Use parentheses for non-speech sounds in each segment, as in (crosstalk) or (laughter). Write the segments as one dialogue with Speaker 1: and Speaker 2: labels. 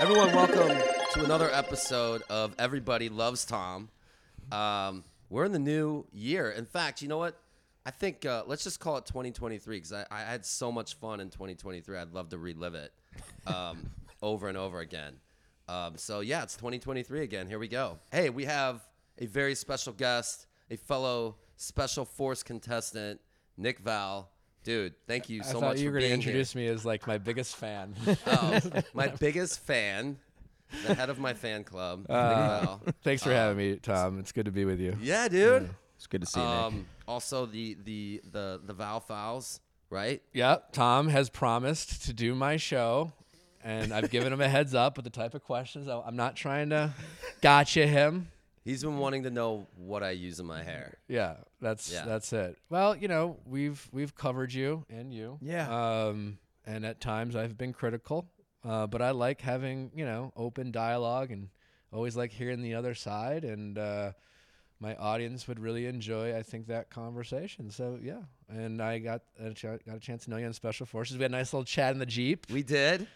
Speaker 1: everyone, welcome to another episode of Everybody Loves Tom. Um, we're in the new year. In fact, you know what? I think uh, let's just call it 2023 because I, I had so much fun in 2023. I'd love to relive it um, (laughs) over and over again. Um, so, yeah, it's 2023 again. Here we go. Hey, we have a very special guest, a fellow special force contestant, Nick Val. Dude, thank you so
Speaker 2: I
Speaker 1: much
Speaker 2: thought you
Speaker 1: for
Speaker 2: were going
Speaker 1: being
Speaker 2: to
Speaker 1: here.
Speaker 2: introduce me as like my
Speaker 1: (laughs)
Speaker 2: biggest fan. (laughs)
Speaker 1: Oh, my biggest fan, the head of my fan
Speaker 2: (laughs)
Speaker 1: club.
Speaker 2: Uh.
Speaker 1: Wow.
Speaker 2: Thanks for having me, Tom. It's good to be with you.
Speaker 1: Yeah, dude.
Speaker 3: It's good to see you, Nick.
Speaker 1: Um, also the the the the Val Fouls, right?
Speaker 2: Yep. Tom has promised to do my show, and I've given him a heads up with the type of questions. I, I'm not trying to gotcha him.
Speaker 1: He's been wanting to know what I use in my hair.
Speaker 2: Yeah, that's
Speaker 1: Yeah.
Speaker 2: that's it. Well, you know, we've we've covered you and you.
Speaker 3: Yeah.
Speaker 2: Um, and at times I've been critical, uh, but I like having you know open dialogue and always like hearing the other side. And uh, my audience would really enjoy, I think, that conversation. So yeah, and I got a ch- got a chance to know you on Special Forces. We had a nice little chat in the jeep.
Speaker 1: We did.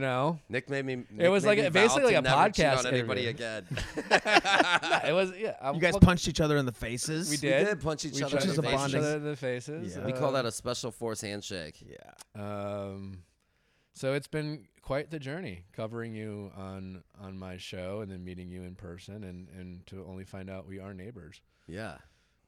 Speaker 1: (laughs)
Speaker 2: know,
Speaker 1: Nick made me.
Speaker 2: It was like a- basically like a podcast
Speaker 1: Not anybody
Speaker 2: interview. (laughs)
Speaker 1: again. (laughs)
Speaker 2: it was yeah. I'm-
Speaker 3: You guys
Speaker 2: well,
Speaker 3: punched each other in the faces.
Speaker 2: We
Speaker 1: we
Speaker 2: did.
Speaker 1: did punch each
Speaker 2: We
Speaker 1: other.
Speaker 2: tried
Speaker 1: in
Speaker 3: Which
Speaker 1: the
Speaker 2: to
Speaker 3: is a
Speaker 1: face.
Speaker 2: punch each
Speaker 3: bonding-
Speaker 2: other in the faces.
Speaker 3: Yeah.
Speaker 1: We call
Speaker 2: uh,
Speaker 1: that a special force handshake.
Speaker 3: Yeah.
Speaker 2: Um, so it's been quite the journey covering you on on my show and then meeting you in person and and to only find out we are neighbors.
Speaker 1: Yeah.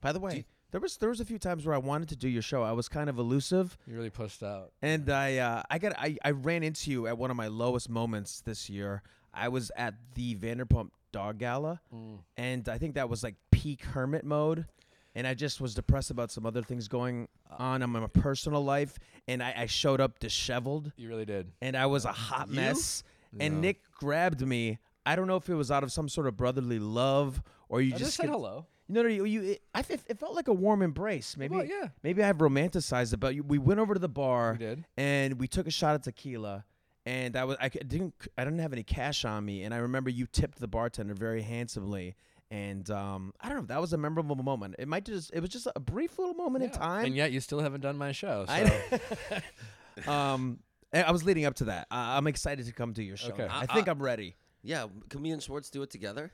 Speaker 3: By the way,
Speaker 1: you-
Speaker 3: there was there was a few times where I wanted to do your show. I was kind of elusive,
Speaker 2: You really pushed out.
Speaker 3: and I uh, I got I, I ran into you at one of my lowest moments this year. I was at the Vanderpump Dog Gala,
Speaker 2: Mm.
Speaker 3: and I think that was like peak hermit mode. And I just was depressed about some other things going on in my personal life, and I, I showed up disheveled.
Speaker 2: You really did.
Speaker 3: and I was a hot
Speaker 1: You?
Speaker 3: mess. And
Speaker 2: No.
Speaker 3: Nick grabbed me. I don't know if it was out of some sort of brotherly love or you
Speaker 2: I
Speaker 3: just,
Speaker 2: just said
Speaker 3: could-
Speaker 2: hello.
Speaker 3: No, no, you. you it, I fe- it felt like a warm embrace. Maybe,
Speaker 2: Well, yeah.
Speaker 3: Maybe I've romanticized about you. We went over to the bar
Speaker 2: We did.
Speaker 3: and we took a shot of tequila. And I was I c- didn't c- I didn't have any cash on me. And I remember you tipped the bartender very handsomely. And um, I don't know. That was a memorable moment. It might just it was just a brief little moment in
Speaker 2: Yeah.
Speaker 3: time.
Speaker 2: and yet you still haven't done my show. So.
Speaker 3: I, (laughs) um, I I was leading up to that. I, I'm excited to come to your show.
Speaker 2: Okay.
Speaker 3: now. I,
Speaker 1: I-
Speaker 3: think
Speaker 1: I-
Speaker 3: I'm ready.
Speaker 1: Yeah. Can me and Schwartz do it together?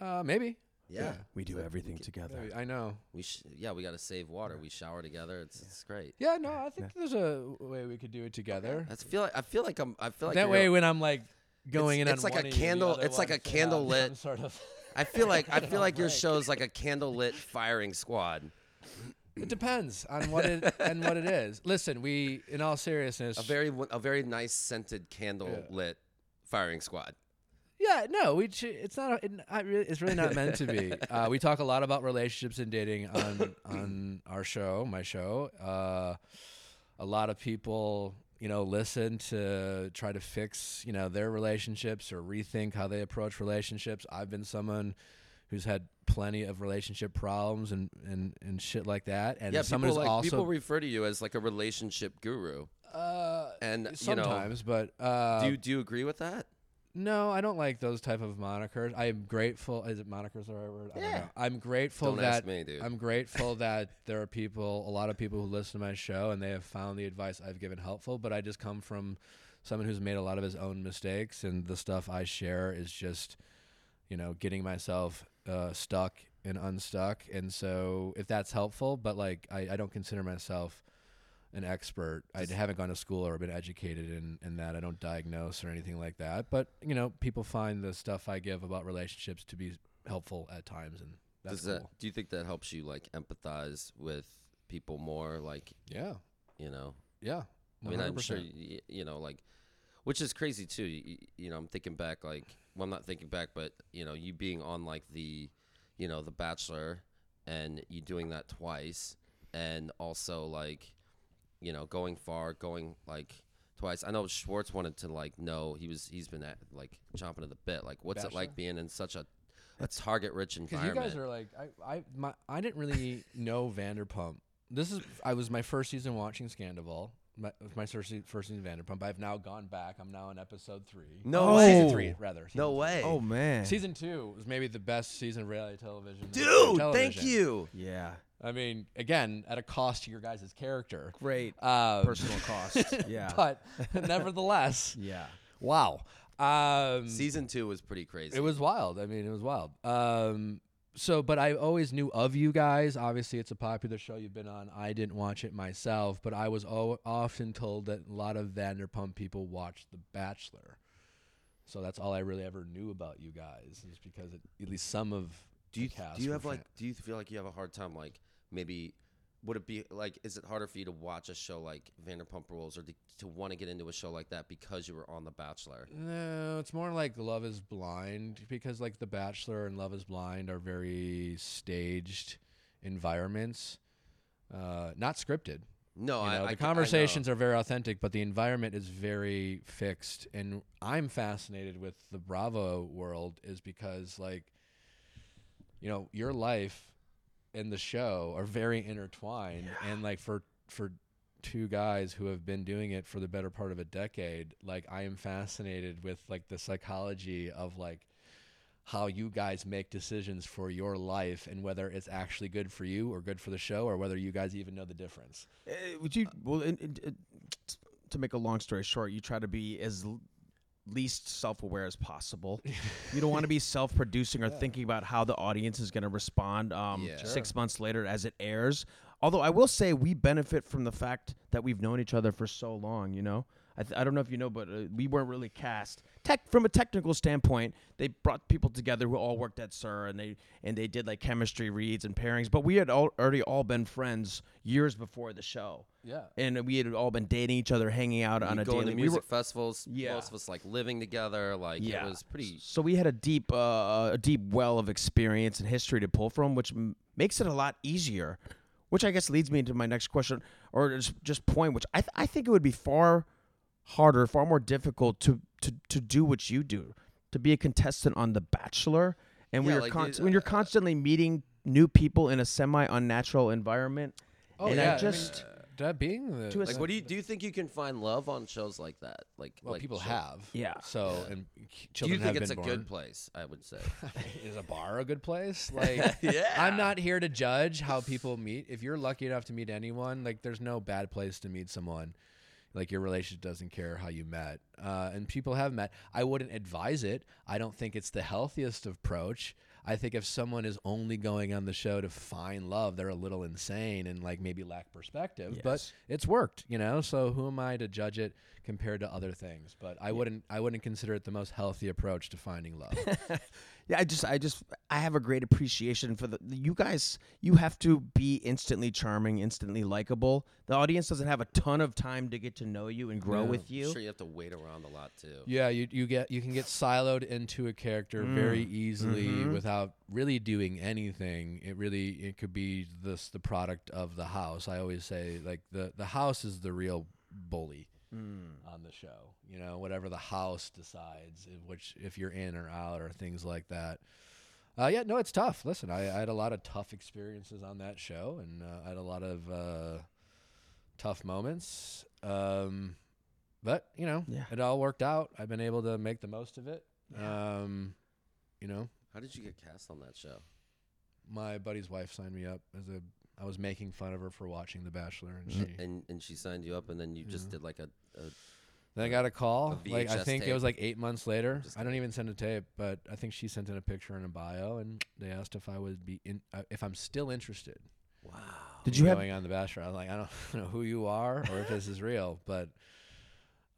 Speaker 2: uh, maybe.
Speaker 1: Yeah.
Speaker 3: We do everything together.
Speaker 2: Maybe. I know.
Speaker 1: We sh- yeah we got to save water. We shower together. It's it's great.
Speaker 2: Yeah, no, I think there's a way we could do it together.
Speaker 1: I feel like I feel like I'm I feel like
Speaker 2: that
Speaker 1: you're-
Speaker 2: way, when I'm like going
Speaker 1: It's-
Speaker 2: in,
Speaker 1: it's
Speaker 2: on
Speaker 1: like a
Speaker 2: one ear, the
Speaker 1: candle-
Speaker 2: other
Speaker 1: it's like
Speaker 2: one
Speaker 1: a
Speaker 2: for
Speaker 1: candle
Speaker 2: that,
Speaker 1: lit-
Speaker 2: I'm Sort of. (laughs)
Speaker 1: I feel like I feel like your
Speaker 2: Right.
Speaker 1: show's like a candlelit firing squad.
Speaker 2: It depends on what it and what it is. Listen, we, in all seriousness,
Speaker 1: A very a very nice scented candlelit firing squad.
Speaker 2: Yeah, no, we. Ch- it's not. It, I really, it's really not meant
Speaker 1: (laughs)
Speaker 2: to be. Uh, we talk a lot about relationships and dating on on our show, my show. Uh, a lot of people, you know, listen to try to fix, you know, their relationships or rethink how they approach relationships. I've been someone who's had plenty of relationship problems and and and shit like that. And
Speaker 1: yeah,
Speaker 2: someone
Speaker 1: people
Speaker 2: who's
Speaker 1: like
Speaker 2: also
Speaker 1: people refer to you as like a relationship guru.
Speaker 2: uh,
Speaker 1: And you know,
Speaker 2: sometimes, but uh,
Speaker 1: do you do you agree with that?
Speaker 2: No, I don't like those type of monikers. I'm grateful. Is it monikers the right word? I don't know. I'm grateful
Speaker 1: Don't
Speaker 2: that
Speaker 1: ask me, dude.
Speaker 2: I'm grateful that there are people, a lot of people who listen to my show, and they have found the advice I've given helpful. But I just come from someone who's made a lot of his own mistakes, and the stuff I share is just, you know, getting myself uh, stuck and unstuck. And so, if that's helpful, but like, I, I don't consider myself an expert. I haven't gone to school or been educated in, in that. I don't diagnose or anything like that. But you know, people find the stuff I give about relationships to be helpful at times, and that's
Speaker 1: Does that-
Speaker 2: cool.
Speaker 1: do you think that helps you like empathize with people more? Like
Speaker 2: Yeah,
Speaker 1: you know,
Speaker 2: yeah.
Speaker 1: I mean, I'm sure
Speaker 2: 100%.
Speaker 1: you, you know, like, which is crazy too. You, you know, I'm thinking back, like, well, I'm not thinking back, but you know, you being on like the, you know, The Bachelor, and you doing that twice, and also like, you know, going far, going like twice. I know Schwartz wanted to like know he was he's been at, like chomping at the bit. Like, what's it like
Speaker 2: Bachelor?
Speaker 1: being in such a a target
Speaker 2: (laughs)
Speaker 1: rich
Speaker 2: because you
Speaker 1: environment?
Speaker 2: guys are like I I my I didn't really (laughs) know Vanderpump. This is I was my first season watching Scandival. My, it was my first se- first season of Vanderpump. I've now gone back. I'm now on episode three.
Speaker 1: No
Speaker 2: Oh, season
Speaker 3: way.
Speaker 2: three rather.
Speaker 1: no
Speaker 2: season
Speaker 1: way,
Speaker 3: Oh man.
Speaker 2: Season two was maybe the best season of reality television.
Speaker 1: dude! Thank
Speaker 2: television.
Speaker 1: you.
Speaker 3: yeah.
Speaker 2: I mean, again, at a cost to your guys' character.
Speaker 3: Great.
Speaker 2: Um, (laughs)
Speaker 3: Personal cost. Yeah.
Speaker 1: (laughs)
Speaker 2: But (laughs) nevertheless,
Speaker 3: yeah.
Speaker 2: wow. Um,
Speaker 1: Season two was pretty crazy.
Speaker 2: it was wild. I mean, it was wild. Um, so, but I always knew of you guys. Obviously, it's a popular show you've been on. I didn't watch it myself, but I was o- often told that a lot of Vanderpump people watched The Bachelor. So that's all I really ever knew about you guys is because it, at least some of
Speaker 1: do you
Speaker 2: the cast
Speaker 1: do you
Speaker 2: were
Speaker 1: have
Speaker 2: fan-
Speaker 1: like do you feel like you have a hard time like maybe would it be like is it harder for you to watch a show like Vanderpump Rules or to, to want to get into a show like that because you were on The Bachelor?
Speaker 2: No, it's more like Love is Blind because like The Bachelor and Love is Blind are very staged environments, uh, not scripted.
Speaker 1: No,
Speaker 2: You
Speaker 1: I,
Speaker 2: know,
Speaker 1: I c-
Speaker 2: the
Speaker 1: I know.
Speaker 2: conversations are very authentic, but the environment is very fixed. And I'm fascinated with the Bravo world is because like, you know, your life and the show are very intertwined. And like for for two guys who have been doing it for the better part of a decade, like I am fascinated with like the psychology of like how you guys make decisions for your life and whether it's actually good for you or good for the show or whether you guys even know the difference.
Speaker 3: Uh, would you? Well, in, in, uh, to make a long story short, you try to be as l- least self-aware as possible. you
Speaker 1: (laughs)
Speaker 3: don't want to be self-producing or thinking about how the audience is going to respond um,
Speaker 1: Yeah.
Speaker 3: six months later as it airs. Although I will say we benefit from the fact that we've known each other for so long. You know, I, th- I don't know if you know, but uh, we weren't really cast. Tech from a technical standpoint, they brought people together who all worked at Sir, and they and they did like chemistry reads and pairings. But we had all, already all been friends years before the show.
Speaker 2: Yeah.
Speaker 3: and we had all been dating each other, hanging out on
Speaker 1: You
Speaker 3: a
Speaker 1: go
Speaker 3: daily.
Speaker 1: to
Speaker 3: we
Speaker 1: music
Speaker 3: were-
Speaker 1: festivals.
Speaker 3: Yeah.
Speaker 1: most of us like living together. Like
Speaker 3: Yeah.
Speaker 1: it was pretty.
Speaker 3: So we had a deep, uh, a deep well of experience and history to pull from, which m- makes it a lot easier. Which I guess leads me into my next question, or just, just point, which I, th- I think it would be far harder, far more difficult to, to, to do what you do, to be a contestant on The Bachelor, and when
Speaker 1: Yeah,
Speaker 3: you're
Speaker 1: like,
Speaker 3: con-
Speaker 1: dude,
Speaker 3: when you're
Speaker 1: uh,
Speaker 3: constantly meeting new people in a semi unnatural environment.
Speaker 2: Oh
Speaker 3: and
Speaker 2: yeah, I
Speaker 3: I
Speaker 2: mean,
Speaker 3: just
Speaker 2: that being the
Speaker 3: To a
Speaker 1: Like, what do you do? You think you can find love on shows like that? Like,
Speaker 2: well,
Speaker 1: like
Speaker 2: people
Speaker 1: shows-
Speaker 2: have
Speaker 3: Yeah.
Speaker 2: So and
Speaker 1: Do you
Speaker 2: children
Speaker 1: think
Speaker 2: have
Speaker 1: it's a
Speaker 2: been
Speaker 1: good
Speaker 2: born.
Speaker 1: place? I would
Speaker 2: (laughs)
Speaker 1: say.
Speaker 2: Is a bar a good place? Like, I'm not here to judge how people meet. If you're lucky enough to meet anyone, like, there's no bad place to meet someone. Like, your relationship doesn't care how you met, uh, and people have met. I wouldn't advise it. I don't think it's the healthiest approach. I think if someone is only going on the show to find love, they're a little insane and like maybe lack perspective. But
Speaker 3: Yes.
Speaker 2: it's worked, you know. So who am I to judge it compared to other things? But I wouldn't. I wouldn't consider it the most healthy approach to finding love.
Speaker 3: Yeah, I just, I just, I have a great appreciation for the you guys. You have to be instantly charming, instantly likable. The audience doesn't have a ton of time to get to know you and grow with
Speaker 1: I'm
Speaker 3: you.
Speaker 1: sure you have to wait around a lot too.
Speaker 2: Yeah, you you get you can get siloed into a character very easily without really doing anything. It really it could be this the product of the house. I always say like the the house is the real bully
Speaker 3: Hmm.
Speaker 2: on the show. You know, whatever the house decides, if- which if you're in or out or things like that. Uh, yeah, no, it's tough. Listen, I, I had a lot of tough experiences on that show, and uh, I had a lot of uh, tough moments. Um, but you know,
Speaker 3: Yeah.
Speaker 2: it all worked out. I've been able to make the most of it. Um, you know,
Speaker 1: How did you get cast on that show?
Speaker 2: my buddy's wife signed me up as a. I was making fun of her for watching The Bachelor, and she.
Speaker 1: And and she signed you up, and then you just
Speaker 2: Mm-hmm.
Speaker 1: did like a, a
Speaker 2: Then I got a call.
Speaker 1: A
Speaker 2: like I
Speaker 1: VHS
Speaker 2: think it was
Speaker 1: tape.
Speaker 2: like eight months later. I don't even send a tape, but I think she sent in a picture and a bio, and they asked if I would be in, uh, if I'm still interested.
Speaker 1: wow.
Speaker 3: Oh. Did you have?
Speaker 2: going on the Bachelor? I'm like, I don't (laughs) know who you are or if this is real, but.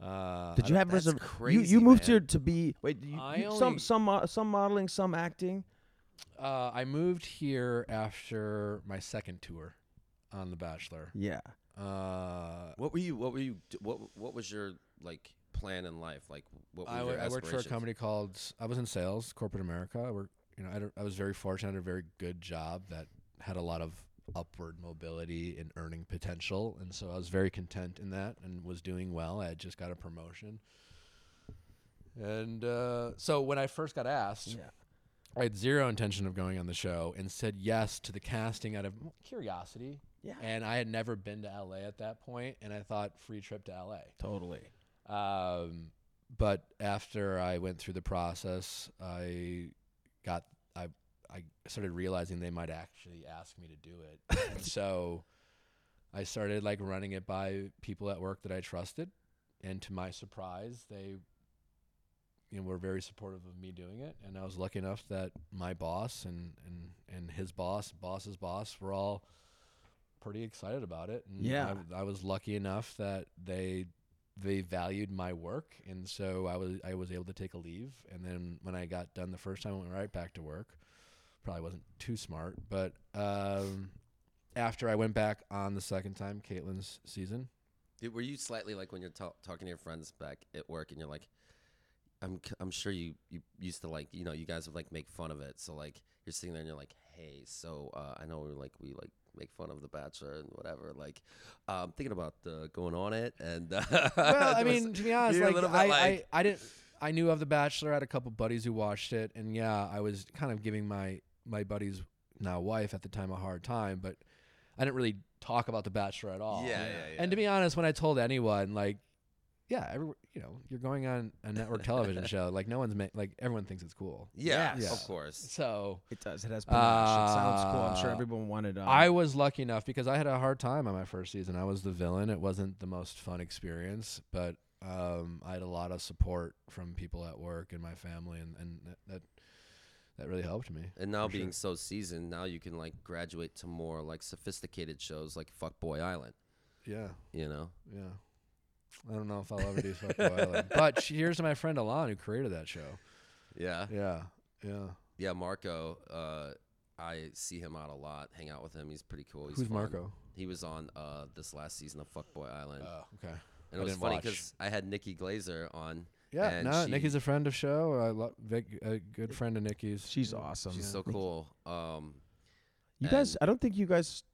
Speaker 2: Uh,
Speaker 3: Did
Speaker 2: I
Speaker 3: you
Speaker 2: don't-
Speaker 3: have
Speaker 1: that's
Speaker 3: reserv-
Speaker 1: crazy,
Speaker 3: You, you moved
Speaker 1: man.
Speaker 3: to to be wait. You,
Speaker 2: I
Speaker 3: you-
Speaker 2: only-
Speaker 3: some some mo- some modeling, some acting.
Speaker 2: Uh, I moved here after my second tour on The Bachelor.
Speaker 3: Yeah.
Speaker 2: Uh,
Speaker 1: What were you? What were you? d- What What was your like plan in life? Like what? Were
Speaker 2: I,
Speaker 1: your
Speaker 2: wo- I worked for a
Speaker 1: aspirations?
Speaker 2: company called I was in sales, corporate America. I worked, you know, I, d- I was very fortunate, I had a very good job that had a lot of upward mobility and earning potential, and so I was very content in that and was doing well. I had just got a promotion, and uh, so when I first got asked,
Speaker 3: Yeah.
Speaker 2: I had zero intention of going on the show and said yes to the casting out of m- curiosity.
Speaker 3: Yeah.
Speaker 2: And I had never been to LA at that point, and I thought free trip to LA.
Speaker 3: Totally.
Speaker 2: Um, but after I went through the process, I got I I started realizing they might actually ask me to do it, and (laughs) so I started like running it by people at work that I trusted, and to my surprise, they you know, were very supportive of me doing it, and I was lucky enough that my boss and and and his boss, boss's boss, were all pretty excited about it. And
Speaker 3: Yeah.
Speaker 2: I, I was lucky enough that they they valued my work, and so I was I was able to take a leave. And then when I got done the first time, I went right back to work. Probably wasn't too smart, but um, after I went back on the second time, Caitlin's
Speaker 1: (laughs)
Speaker 2: season,
Speaker 1: Did, were you slightly like when you're ta- talking to your friends back at work and you're like, I'm, c- I'm sure you, you used to like, you know, you guys would like make fun of it. So like you're sitting there and you're like, hey, so uh, I know we're like, we like make fun of The Bachelor and whatever. Like, uh, I'm thinking about uh, going on it. And (laughs) uh,
Speaker 2: well, I
Speaker 1: there was-
Speaker 2: mean, to be honest,
Speaker 1: you're a
Speaker 2: like,
Speaker 1: little bit
Speaker 2: I,
Speaker 1: like-
Speaker 2: I, I didn't. I knew of The Bachelor. I had a couple buddies who watched it, and yeah, I was kind of giving my my buddies, now wife at the time, a hard time, but I didn't really talk about The Bachelor at all.
Speaker 1: Yeah, yeah, yeah.
Speaker 2: And to be honest, when I told anyone, like, yeah, every, you know, you're going on a
Speaker 1: (laughs)
Speaker 2: network television show, like no one's ma- like everyone thinks it's cool.
Speaker 1: yeah,
Speaker 3: Yes.
Speaker 1: of course.
Speaker 2: So
Speaker 3: It does. It has panache. it sounds cool. I'm sure
Speaker 2: Uh,
Speaker 3: everyone wanted. Um,
Speaker 2: I was lucky enough because I had a hard time on my first season. I was the villain. It wasn't the most fun experience, but um, I had a lot of support from people at work and my family, and, and that, that that really helped me.
Speaker 1: And now
Speaker 2: For sure.
Speaker 1: being so seasoned, now you can like graduate to more like sophisticated shows like Fuckboy Island,
Speaker 2: Yeah,
Speaker 1: you know?
Speaker 2: yeah. I don't know if I'll ever do Fuckboy (laughs) Island, but sh- here's to my friend Alon who created that show.
Speaker 1: Yeah.
Speaker 2: Yeah, yeah.
Speaker 1: Yeah, Marco. Uh, I see him out a lot. Hang out with him. He's pretty cool. He's
Speaker 2: Who's
Speaker 1: fun.
Speaker 2: Marco?
Speaker 1: He was on uh, this last season of Fuckboy Island,
Speaker 2: Oh, okay.
Speaker 1: and
Speaker 2: I
Speaker 1: it was
Speaker 2: didn't
Speaker 1: funny
Speaker 2: watch.
Speaker 1: because I had Nikki Glazer on.
Speaker 2: Yeah,
Speaker 1: And
Speaker 2: no,
Speaker 1: she-
Speaker 2: Nikki's a friend of show. I love Vic, a good friend of Nikki's.
Speaker 3: she's awesome.
Speaker 1: She's so cool. Um,
Speaker 3: You guys, I don't think you guys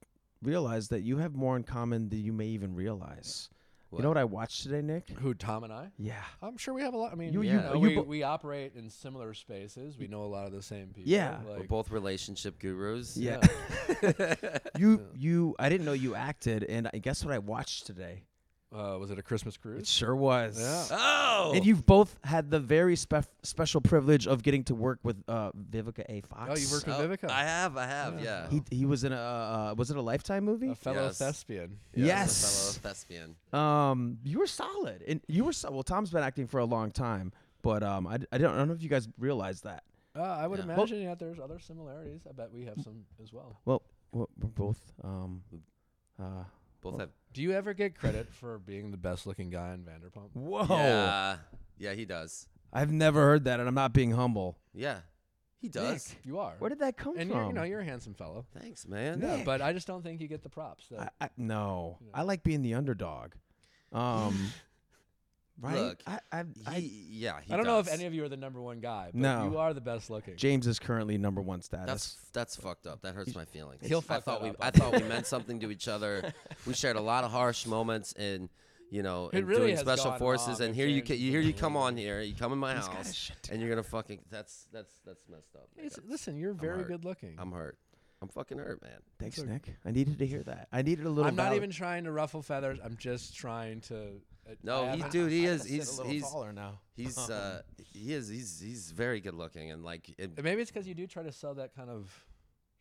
Speaker 3: realize that you have more in common than you may even realize. You know what I watched today, Nick?
Speaker 2: Who Tom and I?
Speaker 3: Yeah.
Speaker 2: I'm sure we have a lot. I mean,
Speaker 3: You-
Speaker 1: you-
Speaker 2: yeah,
Speaker 1: you
Speaker 2: we,
Speaker 3: bo-
Speaker 2: we operate in similar spaces. We know a lot of the same people.
Speaker 3: Yeah.
Speaker 1: we're
Speaker 2: like-
Speaker 1: both relationship gurus.
Speaker 3: Yeah. You, you. I didn't know you acted, and I guess what I watched today.
Speaker 2: Uh, was it a Christmas
Speaker 3: It
Speaker 2: cruise?
Speaker 3: sure was.
Speaker 2: Yeah.
Speaker 1: Oh.
Speaker 3: And you've both had the very spef- special privilege of getting to work with uh, Vivica A. Fox.
Speaker 2: Oh, you worked with
Speaker 1: Oh,
Speaker 2: Vivica,
Speaker 1: I have. I have. Yeah.
Speaker 3: He he was in a uh, was it a Lifetime movie?
Speaker 2: a fellow
Speaker 1: Yes.
Speaker 2: thespian.
Speaker 1: Fellow
Speaker 3: yes.
Speaker 1: thespian.
Speaker 3: Um, you were solid, and you were so- well. Tom's been acting for a long time, but um, I, d- I don't, I don't know if you guys realize that.
Speaker 2: Uh, I would
Speaker 1: Yeah. Well-
Speaker 2: imagine yeah, there's other similarities. I bet we have some as well.
Speaker 3: Well, we're we're both um, uh,
Speaker 1: Both have.
Speaker 2: Do you ever get credit for being the best looking guy in Vanderpump?
Speaker 3: whoa.
Speaker 1: Yeah. Yeah, he does.
Speaker 3: I've never heard that, and I'm not being humble.
Speaker 1: Yeah, he does.
Speaker 3: Nick,
Speaker 2: You are.
Speaker 3: where did that come
Speaker 2: and
Speaker 3: from?
Speaker 2: you're, you know you're a handsome fellow.
Speaker 1: Thanks, man.
Speaker 3: Yeah.
Speaker 2: Yeah, but I just don't think you get the props. That,
Speaker 3: I, I, no,
Speaker 2: Yeah.
Speaker 3: I like being the underdog.
Speaker 1: (laughs)
Speaker 3: Um, right?
Speaker 1: Look,
Speaker 3: I, I,
Speaker 1: He,
Speaker 3: I,
Speaker 1: yeah, he
Speaker 2: I don't know if
Speaker 1: does.
Speaker 2: any of you are the number one guy. But
Speaker 3: No.
Speaker 2: you are the best looking.
Speaker 3: James is currently number one status.
Speaker 1: That's that's fucked up. That hurts my feelings.
Speaker 2: He'll
Speaker 1: I
Speaker 2: fuck
Speaker 1: thought
Speaker 2: that
Speaker 1: we
Speaker 2: up,
Speaker 1: I
Speaker 2: I'll
Speaker 1: thought we meant something to each
Speaker 2: (laughs)
Speaker 1: other. We shared a lot of harsh moments and you know
Speaker 2: It
Speaker 1: in
Speaker 2: really
Speaker 1: doing
Speaker 2: has
Speaker 1: special
Speaker 2: gone
Speaker 1: forces.
Speaker 2: wrong.
Speaker 1: And
Speaker 2: It
Speaker 1: here you
Speaker 2: changed
Speaker 1: ca- you here you come
Speaker 2: completely.
Speaker 1: on here. You come in my
Speaker 3: He's got his
Speaker 1: house
Speaker 3: shit
Speaker 1: and you're gonna fucking that's that's that's messed up.
Speaker 2: It's,
Speaker 1: nigga.
Speaker 2: listen, you're very
Speaker 1: hurt.
Speaker 2: good looking.
Speaker 1: I'm hurt. I'm fucking hurt, man.
Speaker 3: Thanks,
Speaker 2: okay.
Speaker 3: Nick. I needed to hear that. I needed a little.
Speaker 2: I'm not
Speaker 3: vali-
Speaker 2: even trying to ruffle feathers. I'm just trying to. I-
Speaker 1: No,
Speaker 2: I
Speaker 1: he-
Speaker 2: haven't-
Speaker 1: dude, he
Speaker 3: I gotta
Speaker 1: is-
Speaker 3: sit
Speaker 1: he's-
Speaker 3: a little
Speaker 1: he's-
Speaker 3: taller now. (laughs)
Speaker 2: (laughs)
Speaker 1: He's uh he is he's he's very good looking and like it,
Speaker 2: Maybe it's because you do try to sell that kind of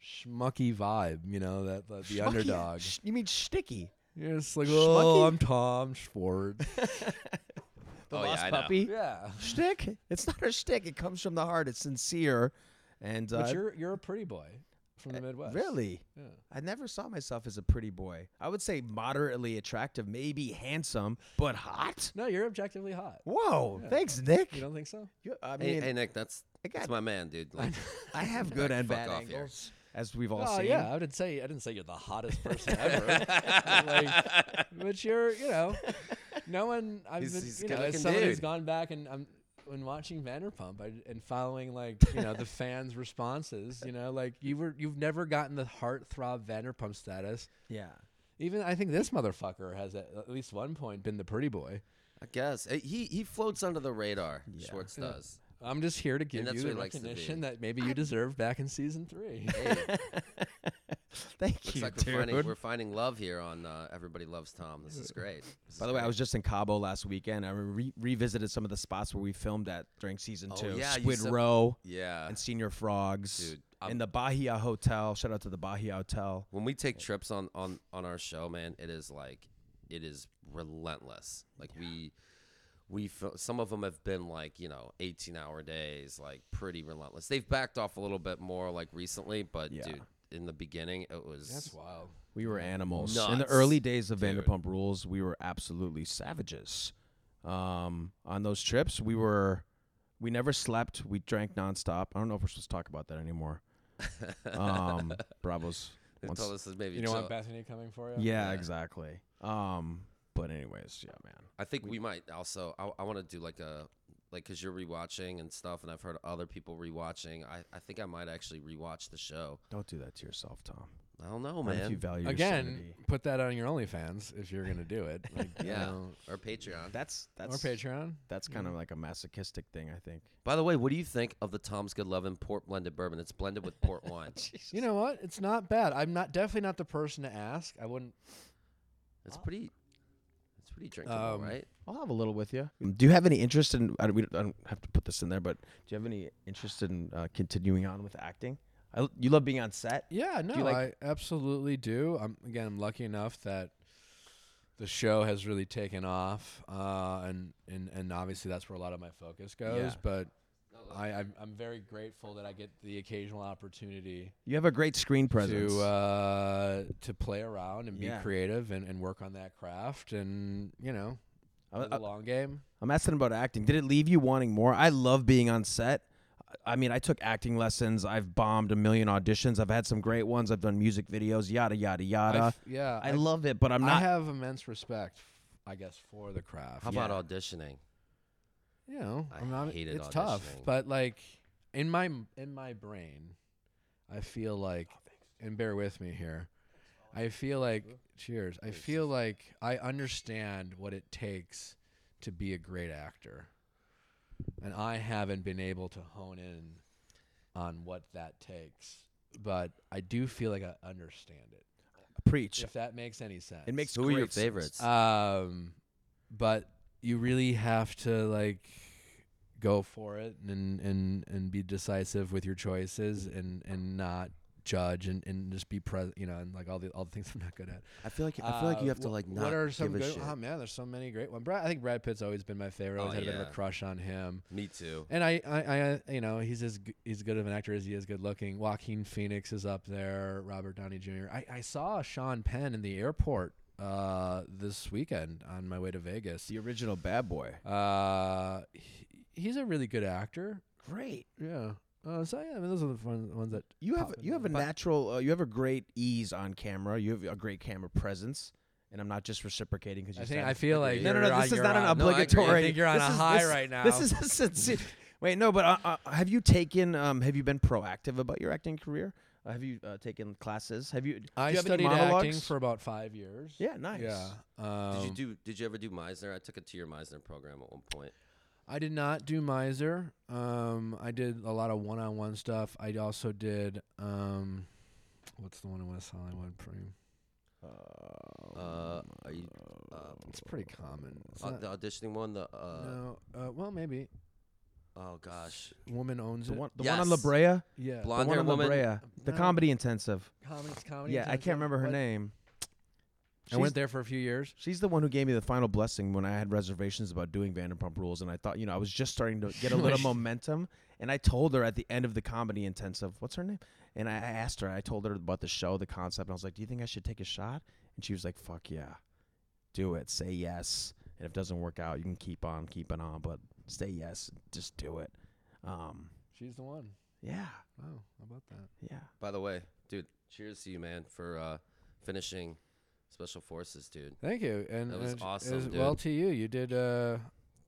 Speaker 2: schmucky vibe, you know, that, that the
Speaker 3: Schmucky?
Speaker 2: underdog.
Speaker 3: Sh- you mean sticky?
Speaker 2: You're just like,
Speaker 3: Schmucky?
Speaker 2: oh, I'm Tom Schwartz.
Speaker 3: The
Speaker 1: Oh, yeah,
Speaker 3: lost
Speaker 1: I know.
Speaker 3: puppy.
Speaker 2: yeah,
Speaker 3: Shtick? It's not a shtick. It comes from the heart. It's sincere, and uh,
Speaker 2: but you're you're a pretty boy from the Midwest.
Speaker 3: really,
Speaker 2: Yeah.
Speaker 3: I never saw myself as a pretty boy. I would say moderately attractive, maybe handsome, but hot.
Speaker 2: No, you're objectively hot.
Speaker 3: Whoa!
Speaker 2: Yeah.
Speaker 3: Thanks, Nick.
Speaker 2: You don't think so?
Speaker 3: You- I
Speaker 1: hey,
Speaker 3: mean,
Speaker 1: hey Nick, that's
Speaker 3: I got-
Speaker 1: that's my man, dude.
Speaker 2: (laughs)
Speaker 1: Like (laughs)
Speaker 3: I have good and
Speaker 1: fuck
Speaker 3: bad
Speaker 1: off here.
Speaker 3: angles, as we've all
Speaker 2: oh
Speaker 3: seen.
Speaker 2: yeah, I didn't say I didn't say you're the hottest person ever.
Speaker 1: (laughs)
Speaker 2: Like, but you're, you know, no one. I've
Speaker 1: He's-
Speaker 2: been,
Speaker 1: he's
Speaker 2: you know,
Speaker 1: good-looking
Speaker 2: as someone who's
Speaker 1: dude.
Speaker 2: gone back and I'm when watching Vanderpump I, and following like you know the fans' responses. You know, like you were you've never gotten the heartthrob Vanderpump status.
Speaker 3: yeah.
Speaker 2: Even I think this motherfucker has at at least one point been the pretty boy.
Speaker 1: I guess Uh, he he floats under the radar. Schwartz
Speaker 2: Yeah.
Speaker 1: does.
Speaker 2: I'm just here to give
Speaker 1: that's
Speaker 2: you
Speaker 1: what
Speaker 2: the
Speaker 1: he likes to
Speaker 2: recognition
Speaker 1: be.
Speaker 2: that maybe you deserve back in season three.
Speaker 3: (laughs) Thank
Speaker 1: Looks
Speaker 3: you,
Speaker 1: like we're finding,
Speaker 3: dude.
Speaker 1: we're finding love here on uh, Everybody Loves Tom. This is great. This
Speaker 3: By
Speaker 1: is
Speaker 3: the way, I
Speaker 1: great.
Speaker 3: was just in Cabo last weekend. I re- revisited some of the spots where we filmed at during season
Speaker 1: Oh,
Speaker 3: two.
Speaker 1: yeah, you
Speaker 3: Squid
Speaker 1: said-
Speaker 3: Row
Speaker 1: yeah.
Speaker 3: and Senior Frogs.
Speaker 1: Dude,
Speaker 3: in
Speaker 1: I'm-
Speaker 3: the Bahia Hotel. Shout out to the Bahia Hotel.
Speaker 1: when we take trips on on on our show, man, it is like it is relentless. Like we we feel, some of them have been like you know 18 hour days like pretty relentless they've backed off a little bit more like recently but
Speaker 3: Yeah.
Speaker 1: dude in the beginning it was
Speaker 2: That's wild.
Speaker 3: We were animals in the
Speaker 1: Nuts,
Speaker 3: early days of
Speaker 1: dude.
Speaker 3: Vanderpump Rules. We were absolutely savages. Um, on those trips, we were, we never slept. We drank nonstop. I don't know if we're supposed to talk about
Speaker 1: (laughs)
Speaker 3: that anymore. Um, Bravos.
Speaker 1: they
Speaker 3: once-
Speaker 1: told us that maybe
Speaker 2: You know
Speaker 1: chill.
Speaker 2: what, Bethany coming for you?
Speaker 3: yeah,
Speaker 1: Yeah.
Speaker 3: exactly. Um, but anyways, yeah, man.
Speaker 1: I think we, might also. I, I want to do like a like because you're rewatching and stuff, and I've heard other people rewatching. I I think I might actually rewatch the show.
Speaker 3: Don't do that to yourself, Tom.
Speaker 1: I don't know,
Speaker 3: Not if you
Speaker 1: Oh, man.
Speaker 3: value your
Speaker 2: Again,
Speaker 3: sanity.
Speaker 2: put that on your OnlyFans if you're gonna do it. Like, you
Speaker 1: Yeah. Mm.
Speaker 2: know,
Speaker 1: Or Patreon.
Speaker 3: That's
Speaker 2: or
Speaker 3: (laughs) that's
Speaker 2: Patreon.
Speaker 3: that's kind of like a masochistic thing, I think.
Speaker 1: By the way, what do you think of the Tom's Good Lovin' Port Blended Bourbon? It's blended with port wine.
Speaker 2: You know what? It's not bad. I'm not definitely not the person to ask. I wouldn't.
Speaker 1: It's pretty. It's pretty drinkable,
Speaker 2: Um,
Speaker 1: right?
Speaker 3: I'll have a little with you. Do you have any interest in? I don't, we don't, I don't have to put this in there, but do you have any interest in uh, continuing on with acting? I, you love being on set.
Speaker 2: Yeah, no,
Speaker 3: you like-
Speaker 2: I absolutely do. I'm again, I'm lucky enough that the show has really taken off, uh, and and and obviously that's where a lot of my focus goes.
Speaker 3: Yeah.
Speaker 2: But I, I'm I'm very grateful that I get the occasional opportunity
Speaker 3: You have a great screen presence.
Speaker 2: to uh, to play around and
Speaker 3: Yeah.
Speaker 2: be creative and, and work on that craft and you know
Speaker 3: I-
Speaker 2: play the
Speaker 3: I-
Speaker 2: long game.
Speaker 3: I'm asking about acting. Did it leave you wanting more? I love being on set. I I mean, I took acting lessons. I've bombed a million auditions. I've had some great ones. I've done music videos. Yada yada
Speaker 2: I
Speaker 3: yada.
Speaker 2: f- yeah,
Speaker 3: I love it, but I'm
Speaker 2: I
Speaker 3: not.
Speaker 2: have immense respect, I guess, for the craft.
Speaker 1: How
Speaker 3: yeah.
Speaker 1: about auditioning?
Speaker 2: you know,
Speaker 1: I
Speaker 2: I am not,
Speaker 1: hated
Speaker 2: it's tough,
Speaker 1: auditioning.
Speaker 2: but like in my in my brain, I feel like,
Speaker 3: Oh,
Speaker 2: and bear with me here, I feel like, cheers. I feel like I understand what it takes to be a great actor, and I haven't been able to hone in on what that takes. But I do feel like I understand it.
Speaker 3: preach.
Speaker 2: If that makes any sense,
Speaker 3: It makes
Speaker 1: Who are your
Speaker 3: great sense.
Speaker 1: favorites?
Speaker 2: um, but you really have to like go for it and and and be decisive with your choices and and not judge and, and just be present you know and like all the all the things (laughs) i'm not good at
Speaker 1: I feel like
Speaker 2: Uh, wh- what are some good oh man there's so many great ones brad i think brad pitt's always been my favorite i always
Speaker 1: Oh,
Speaker 2: had a bit of
Speaker 1: yeah.
Speaker 2: a crush on him
Speaker 1: Me too.
Speaker 2: and I, I, I, uh, you know, he's as g- he's good of an actor as he is good looking. Joaquin Phoenix is up there. Robert Downey Jr. I, I saw Sean Penn in the airport uh, this weekend on my way to Vegas.
Speaker 3: The original bad boy.
Speaker 2: Uh, he, he's a really good actor.
Speaker 3: Great.
Speaker 2: Yeah. Uh, so yeah, I mean, those are the fun ones that
Speaker 3: You have
Speaker 2: pop in
Speaker 3: you have a
Speaker 2: there. But-
Speaker 3: natural. Uh, you have a great ease on camera. You have a great camera presence, and I'm not just reciprocating because you
Speaker 2: I think
Speaker 3: said
Speaker 2: I
Speaker 3: it.
Speaker 2: feel like
Speaker 1: agree.
Speaker 3: No, no, no.
Speaker 2: you're
Speaker 3: This
Speaker 2: on-
Speaker 3: is
Speaker 2: you're
Speaker 3: not an
Speaker 2: on- no, I agree.
Speaker 3: obligatory.
Speaker 2: I think you're on
Speaker 3: (laughs) this
Speaker 2: a
Speaker 3: is-
Speaker 2: high
Speaker 3: this-
Speaker 2: right now.
Speaker 3: This is a sincere. Wait, no, but uh, uh, have you taken? Um, have you been proactive about your acting career? Uh, have you uh, taken classes? Have you?
Speaker 2: I
Speaker 3: do you have any
Speaker 2: studied acting
Speaker 3: monologues?
Speaker 2: for about five years.
Speaker 3: Yeah, nice.
Speaker 2: Yeah. Um,
Speaker 1: Did you do? Did you ever do Meisner? I took a two-year Meisner program at one point.
Speaker 2: I did not do Miser. Um, I did a lot of one-on-one stuff. I also did um, what's the one in West Hollywood? Pretty,
Speaker 3: Um,
Speaker 1: Uh, are you, uh,
Speaker 2: it's pretty common. It's
Speaker 1: uh,
Speaker 2: not-
Speaker 1: the auditioning one, the uh,
Speaker 2: no, uh, well maybe
Speaker 1: oh gosh,
Speaker 2: woman owns
Speaker 3: The
Speaker 2: it.
Speaker 3: one, the one on La
Speaker 1: Yes.
Speaker 3: Brea.
Speaker 2: yeah,
Speaker 3: The
Speaker 1: blonde
Speaker 3: one
Speaker 1: hair
Speaker 3: on La
Speaker 1: woman.
Speaker 3: Brea. The
Speaker 2: No.
Speaker 3: comedy intensive.
Speaker 2: comedy, it's comedy.
Speaker 3: Yeah, I
Speaker 2: intensive.
Speaker 3: can't remember her
Speaker 2: What-
Speaker 3: name.
Speaker 2: I
Speaker 3: She's-
Speaker 2: went there for a few years.
Speaker 3: She's the one who gave me the final blessing when I had reservations about doing Vanderpump Rules, and I thought, you know, I was just starting to get a little momentum. And I told her at the end of the comedy intensive, what's her name? And I I asked her, I told her about the show, the concept, and I was like, do you think I should take a shot? And she was like, fuck yeah, do it, say yes. And if it doesn't work out, you can keep on keeping on, but say yes, just do it. Um,
Speaker 2: She's the one.
Speaker 3: yeah,
Speaker 2: Wow, how about that?
Speaker 3: yeah.
Speaker 1: By the way, dude, cheers to you, man, for uh, finishing Special Forces, dude.
Speaker 2: Thank you, and
Speaker 1: That was
Speaker 2: and
Speaker 1: awesome,
Speaker 2: as
Speaker 1: dude.
Speaker 2: well to you. You did. Uh,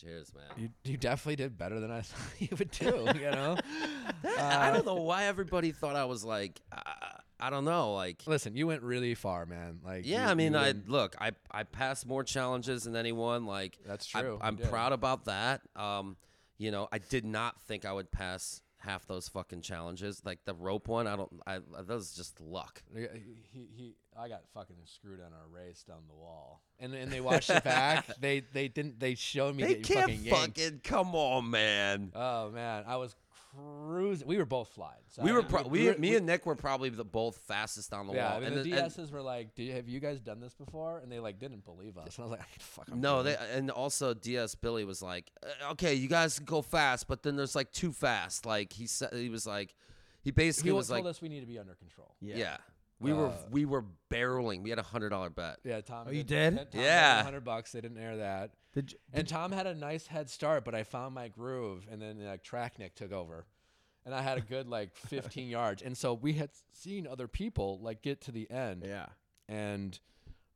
Speaker 1: Cheers, man.
Speaker 2: you, you definitely did better than I (laughs) thought you would do. You
Speaker 3: (laughs)
Speaker 2: know. Uh,
Speaker 1: I don't know why everybody thought I was like, I, I don't know, like.
Speaker 2: Listen, you went really far, man. Like,
Speaker 1: Yeah,
Speaker 2: you-
Speaker 1: I mean,
Speaker 2: you
Speaker 1: I
Speaker 2: went-
Speaker 1: look, I I passed more challenges than anyone. Like
Speaker 2: That's
Speaker 1: I-
Speaker 2: true, you
Speaker 1: I'm
Speaker 2: did.
Speaker 1: proud about that. Um, you know, I did not think I would pass half those fucking challenges. Like the rope one, I don't. I that was just luck.
Speaker 2: Yeah, he, he, he I got fucking screwed on our race down the wall, and and they watched
Speaker 1: (laughs)
Speaker 2: it back. They they didn't. They showed me
Speaker 1: They
Speaker 2: that you
Speaker 1: can't
Speaker 2: fucking yanked.
Speaker 1: fucking come on, man.
Speaker 2: Oh man, I was cruising. We were both flying. So
Speaker 1: We
Speaker 2: I
Speaker 1: were,
Speaker 2: mean,
Speaker 1: pro- we,
Speaker 2: were-
Speaker 1: me and Nick were probably the both fastest on the
Speaker 2: yeah,
Speaker 1: wall.
Speaker 2: I mean,
Speaker 1: and
Speaker 2: the
Speaker 1: then- and-
Speaker 2: DSs were like, "Do you, have you guys done this before?" And they like didn't believe us. And I was like, "Fuck." I'm
Speaker 1: No,
Speaker 2: doing
Speaker 1: they
Speaker 2: it."
Speaker 1: and also DS Billy was like, "Uh, okay, you guys can go fast, but then there's like too fast. Like he said, he was like, he basically
Speaker 2: he
Speaker 1: was
Speaker 2: told
Speaker 1: like,
Speaker 2: us we need to be under control.
Speaker 1: yeah. we were
Speaker 2: Uh,
Speaker 1: we were barreling. We had a hundred dollar bet.
Speaker 2: Yeah, Tom.
Speaker 3: Oh, you did?
Speaker 1: Yeah.
Speaker 2: hundred bucks. They didn't air that.
Speaker 3: Did,
Speaker 2: And Tom had a nice head start, but I found my groove, and then like Tracknick took over, and I had a good
Speaker 3: (laughs)
Speaker 2: like 15 yards. And so we had seen other people like get to the end
Speaker 3: yeah.
Speaker 2: and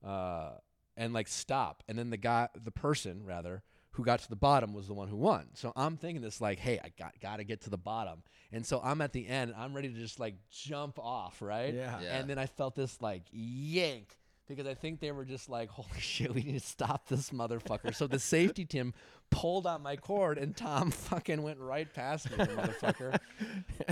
Speaker 2: uh and like stop, and then the guy, the person rather, who got to the bottom was the one who won. So I'm thinking this like, hey, I got got to get to the bottom, and so I'm at the end, I'm ready to just like jump off, right?
Speaker 3: Yeah.
Speaker 1: Yeah.
Speaker 2: And then I felt this like yank because I think they were just like, (laughs) holy shit, we need to stop this motherfucker. So the safety team pulled on my cord and Tom (laughs) fucking went right past me, the
Speaker 3: (laughs)
Speaker 2: motherfucker.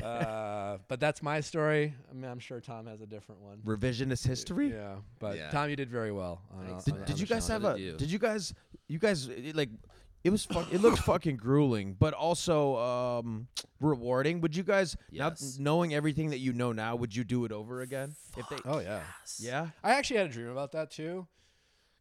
Speaker 2: Uh, but that's my story. I mean, I'm sure Tom has a different one.
Speaker 3: Revisionist history.
Speaker 2: Yeah. But
Speaker 1: Yeah.
Speaker 2: Tom, you did very well. On,
Speaker 1: Thanks.
Speaker 2: on-
Speaker 3: Did,
Speaker 2: on
Speaker 3: did
Speaker 2: the
Speaker 3: you guys
Speaker 2: challenge.
Speaker 3: have a?
Speaker 1: did you?
Speaker 3: Did you guys? You guys it, like? It was fuck, It (laughs) looked fucking grueling, but also um, rewarding. Would you guys,
Speaker 1: Yes.
Speaker 3: not knowing everything that you know now, would you do it over again? If they,
Speaker 2: Oh, yeah.
Speaker 3: yeah,
Speaker 2: I actually had a dream about that too.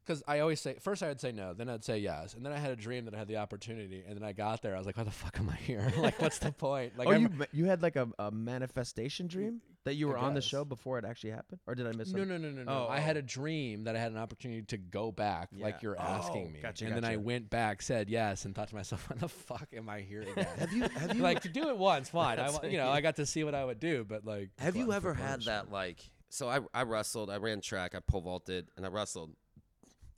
Speaker 2: Because I always say, first I would say no, then I'd say yes. And then I had a dream that I had the opportunity. And then I got there. I was like, why the fuck am I here? (laughs) like, what's the point? Like,
Speaker 3: oh,
Speaker 2: I'm-
Speaker 3: you ma- you had like a, a manifestation dream that you were on the
Speaker 2: guess.
Speaker 3: show before it actually happened, or did I miss?
Speaker 2: No,
Speaker 3: something?
Speaker 2: no, no, no, no.
Speaker 3: Oh,
Speaker 2: I had
Speaker 3: oh.
Speaker 2: a dream that I had an opportunity to go back,
Speaker 3: Yeah.
Speaker 2: like you're asking
Speaker 3: Oh,
Speaker 2: me.
Speaker 3: gotcha,
Speaker 2: and then I
Speaker 3: gotcha.
Speaker 2: went back, said yes, and thought to myself, (laughs) "What the fuck am I here again?"
Speaker 1: Have you
Speaker 2: (laughs)
Speaker 1: have you
Speaker 2: like to do it once, fine. I,
Speaker 1: That's-
Speaker 2: wa- you know, I got to see what I would do, but like,
Speaker 1: have you
Speaker 2: glutton for
Speaker 1: ever had
Speaker 2: punishment.
Speaker 1: that like? So I I wrestled. I ran track. I pole vaulted and I wrestled.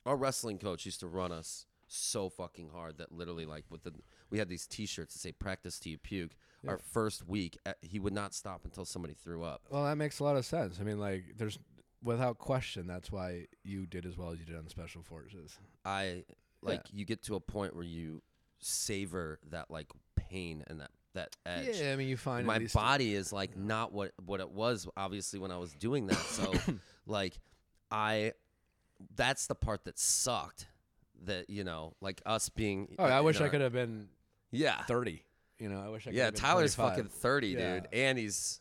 Speaker 1: Our wrestling coach used to run us so fucking hard that literally like with the we had these T-shirts that say "Practice till you puke." Our first week, uh, he would not stop until somebody threw up.
Speaker 2: Well, that makes a lot of sense. I mean, like, there's without question that's why you did as well as you did on special forces.
Speaker 1: I like you get to a point where you savor that like pain and that that edge.
Speaker 2: Yeah, I mean, you find at
Speaker 1: My
Speaker 2: least-
Speaker 1: body is like not what what it was obviously when I was doing that.
Speaker 2: (coughs)
Speaker 1: So like I that's the part that sucked that you know like us being
Speaker 2: Oh, I
Speaker 1: in
Speaker 2: wish I
Speaker 1: our-
Speaker 2: could have been (laughs)
Speaker 1: Yeah.
Speaker 2: thirty. You know, I wish I could
Speaker 1: yeah,
Speaker 2: have been
Speaker 1: Tyler's
Speaker 2: 25.
Speaker 1: fucking 30,
Speaker 2: Yeah.
Speaker 1: dude. And he's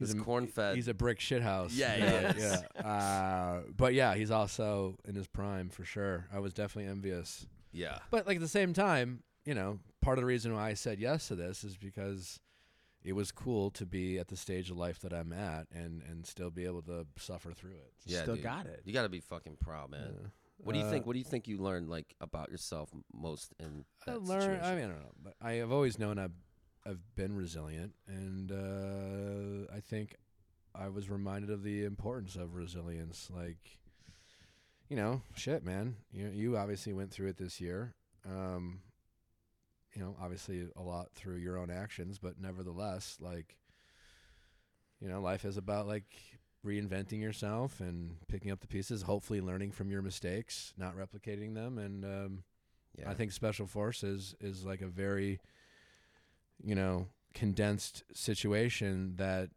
Speaker 2: He's
Speaker 1: he's
Speaker 2: a-
Speaker 1: corn fed.
Speaker 2: He's a brick shithouse.
Speaker 1: Yeah,
Speaker 2: yeah,
Speaker 1: he is. (laughs)
Speaker 2: yeah. Uh, but yeah, he's also in his prime for sure. I was definitely envious,
Speaker 1: yeah.
Speaker 2: but like at the same time, you know, part of the reason why I said yes to this is because it was cool to be at the stage of life that I'm at and and still be able to suffer through it.
Speaker 1: Yeah,
Speaker 3: Still
Speaker 1: dude.
Speaker 3: got it.
Speaker 1: You got to be fucking proud, man. What do you
Speaker 2: Uh,
Speaker 1: think? What do you think you learned like about yourself m- most in
Speaker 2: I
Speaker 1: that
Speaker 2: learn.
Speaker 1: situation?
Speaker 2: I mean, I don't know, but I have always known I've I've been resilient, and uh, I think I was reminded of the importance of resilience. Like, you know, shit, man. You you obviously went through it this year. Um, you know, obviously a lot through your own actions, but nevertheless, like, you know, life is about like reinventing yourself and picking up the pieces. Hopefully, learning from your mistakes, not replicating them, and um,
Speaker 1: yeah.
Speaker 2: I think special forces is like a very, you know, condensed situation that,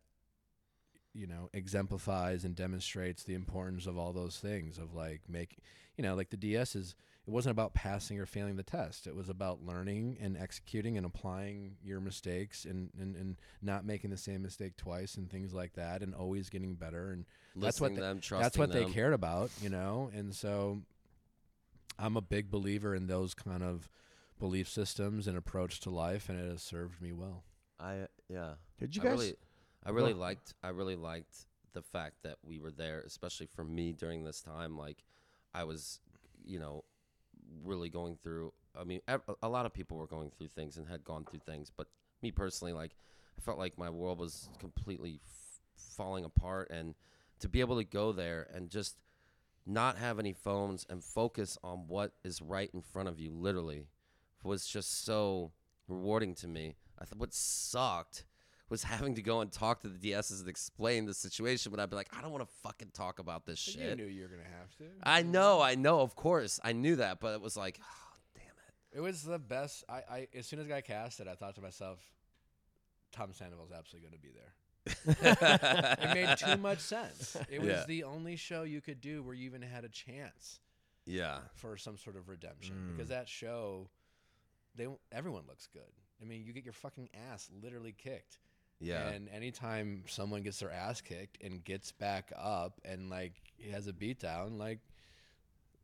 Speaker 2: you know, exemplifies and demonstrates the importance of all those things of like make, you know, like the DS is. It wasn't about passing or failing the test. It was about learning and executing and applying your mistakes and, and, and not making the same mistake twice and things like that and always getting better and that's what
Speaker 1: listening
Speaker 2: they-
Speaker 1: them, trusting
Speaker 2: that's what
Speaker 1: them.
Speaker 2: they cared about, you know. And so, I'm a big believer in those kind of belief systems and approach to life, and it has served me well.
Speaker 1: I yeah.
Speaker 3: Did you
Speaker 1: I
Speaker 3: guys?
Speaker 1: really, I really
Speaker 3: Go.
Speaker 1: liked. I really liked the fact that we were there, especially for me during this time. Like, I was, you know, really going through. I mean, ev- a lot of people were going through things and had gone through things, but me personally, like, I felt like my world was completely f- falling apart, and to be able to go there and just not have any phones and focus on what is right in front of you, literally, was just so rewarding to me. I thought what sucked was having to go and talk to the DSs and explain the situation, but I'd be like, I don't want to fucking talk about this shit.
Speaker 2: you were gonna have to.
Speaker 1: I know, I know, of course, I knew that, but it was like, (sighs) oh, damn it.
Speaker 2: It was the best. I, I as soon as I got casted, I thought to myself, Tom Sandoval's absolutely gonna be there. It
Speaker 1: (laughs)
Speaker 2: made too much sense. It was
Speaker 1: Yeah.
Speaker 2: the only show you could do where you even had a chance.
Speaker 1: Yeah, Mm.
Speaker 2: for some sort of redemption because that show they everyone looks good I mean, you get your fucking ass literally kicked.
Speaker 1: Yeah.
Speaker 2: And anytime someone gets their ass kicked and gets back up and like has a beatdown, like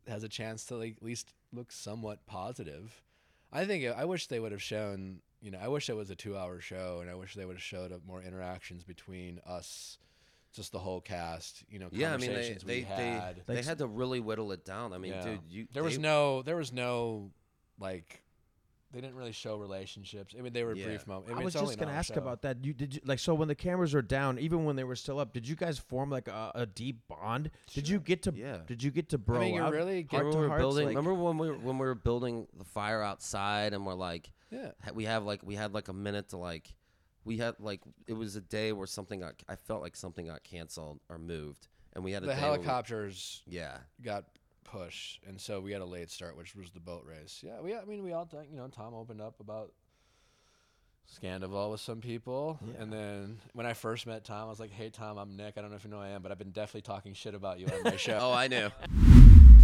Speaker 2: has a chance to like at least look somewhat positive. I think I wish they would have shown. You know, I wish it was a two-hour show, and I wish they would have showed up more interactions between us, just the whole cast. You know,
Speaker 1: yeah, I mean, they
Speaker 2: conversations
Speaker 1: they,
Speaker 2: we had.
Speaker 1: they, they had to really whittle it down. I mean,
Speaker 2: Yeah.
Speaker 1: dude, you
Speaker 2: there was
Speaker 1: they-
Speaker 2: no there was no like they didn't really show relationships. I mean, they were
Speaker 1: Yeah.
Speaker 2: brief moments. I,
Speaker 3: I,
Speaker 2: mean,
Speaker 3: was
Speaker 2: it's only
Speaker 3: just gonna
Speaker 2: an hour
Speaker 3: ask
Speaker 2: show.
Speaker 3: about that. You did you, like so when the cameras were down, even when they were still up. Did you guys form like a, a deep bond? Did you get to?
Speaker 1: Yeah.
Speaker 3: Did you get to bro
Speaker 2: I mean, you
Speaker 3: out?
Speaker 2: really get
Speaker 3: Heart
Speaker 1: Remember
Speaker 3: to
Speaker 1: when we were
Speaker 3: hearts,
Speaker 1: building.
Speaker 3: like-
Speaker 1: remember when we were, when we were building the fire outside, and we're like,
Speaker 2: yeah.
Speaker 1: ha- we have like we had like a minute to like, we had like it was a day where something got. I felt like something got canceled or moved, and we had a
Speaker 2: The
Speaker 1: day where we-
Speaker 2: helicopters
Speaker 1: yeah,
Speaker 2: got pushed, and so we had a late start, which was the boat race. Yeah, we. I mean, we all. think- You know, Tom opened up about Scandival with some people, and then when I first met Tom, I was like, "Hey, Tom, I'm Nick. I don't know if you know who I am, but I've been definitely talking shit about you
Speaker 1: (laughs)
Speaker 2: on my show."
Speaker 1: Oh, I knew.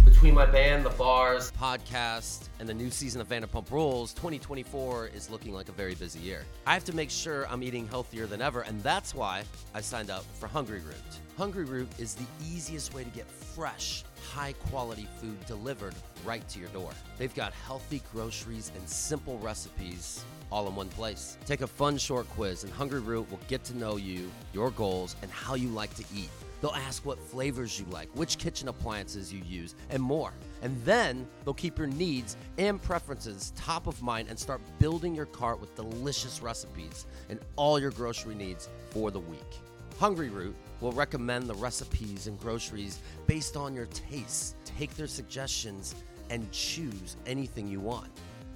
Speaker 1: Between my band, the bars, podcast, and the new season of Vanderpump Rules, 2024 is looking like a very busy year. I have to make sure I'm eating healthier than ever, and that's why I signed up for Hungry Root. Hungry Root is the easiest way to get fresh, high quality food delivered right to your door. They've got healthy groceries and simple recipes all in one place. Take a fun short quiz, and Hungry Root will get to know you, your goals, and how you like to eat. They'll ask what flavors you like, which kitchen appliances you use, and more. And then they'll keep your needs and preferences top of mind and start building your cart with delicious recipes and all your grocery needs for the week. Hungry Root will recommend the recipes and groceries based on your tastes. Take their suggestions and choose anything you want.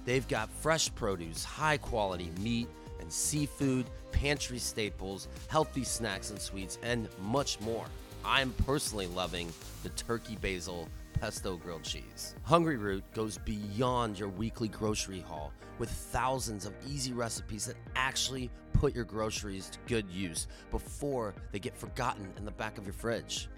Speaker 1: They've got fresh produce, high quality meat and seafood, pantry staples, healthy snacks and sweets, and much more. I'm personally loving the turkey basil pesto grilled cheese. Hungry Root goes beyond your weekly grocery haul with thousands of easy recipes that actually put your groceries to good use before they get forgotten in the back of your fridge.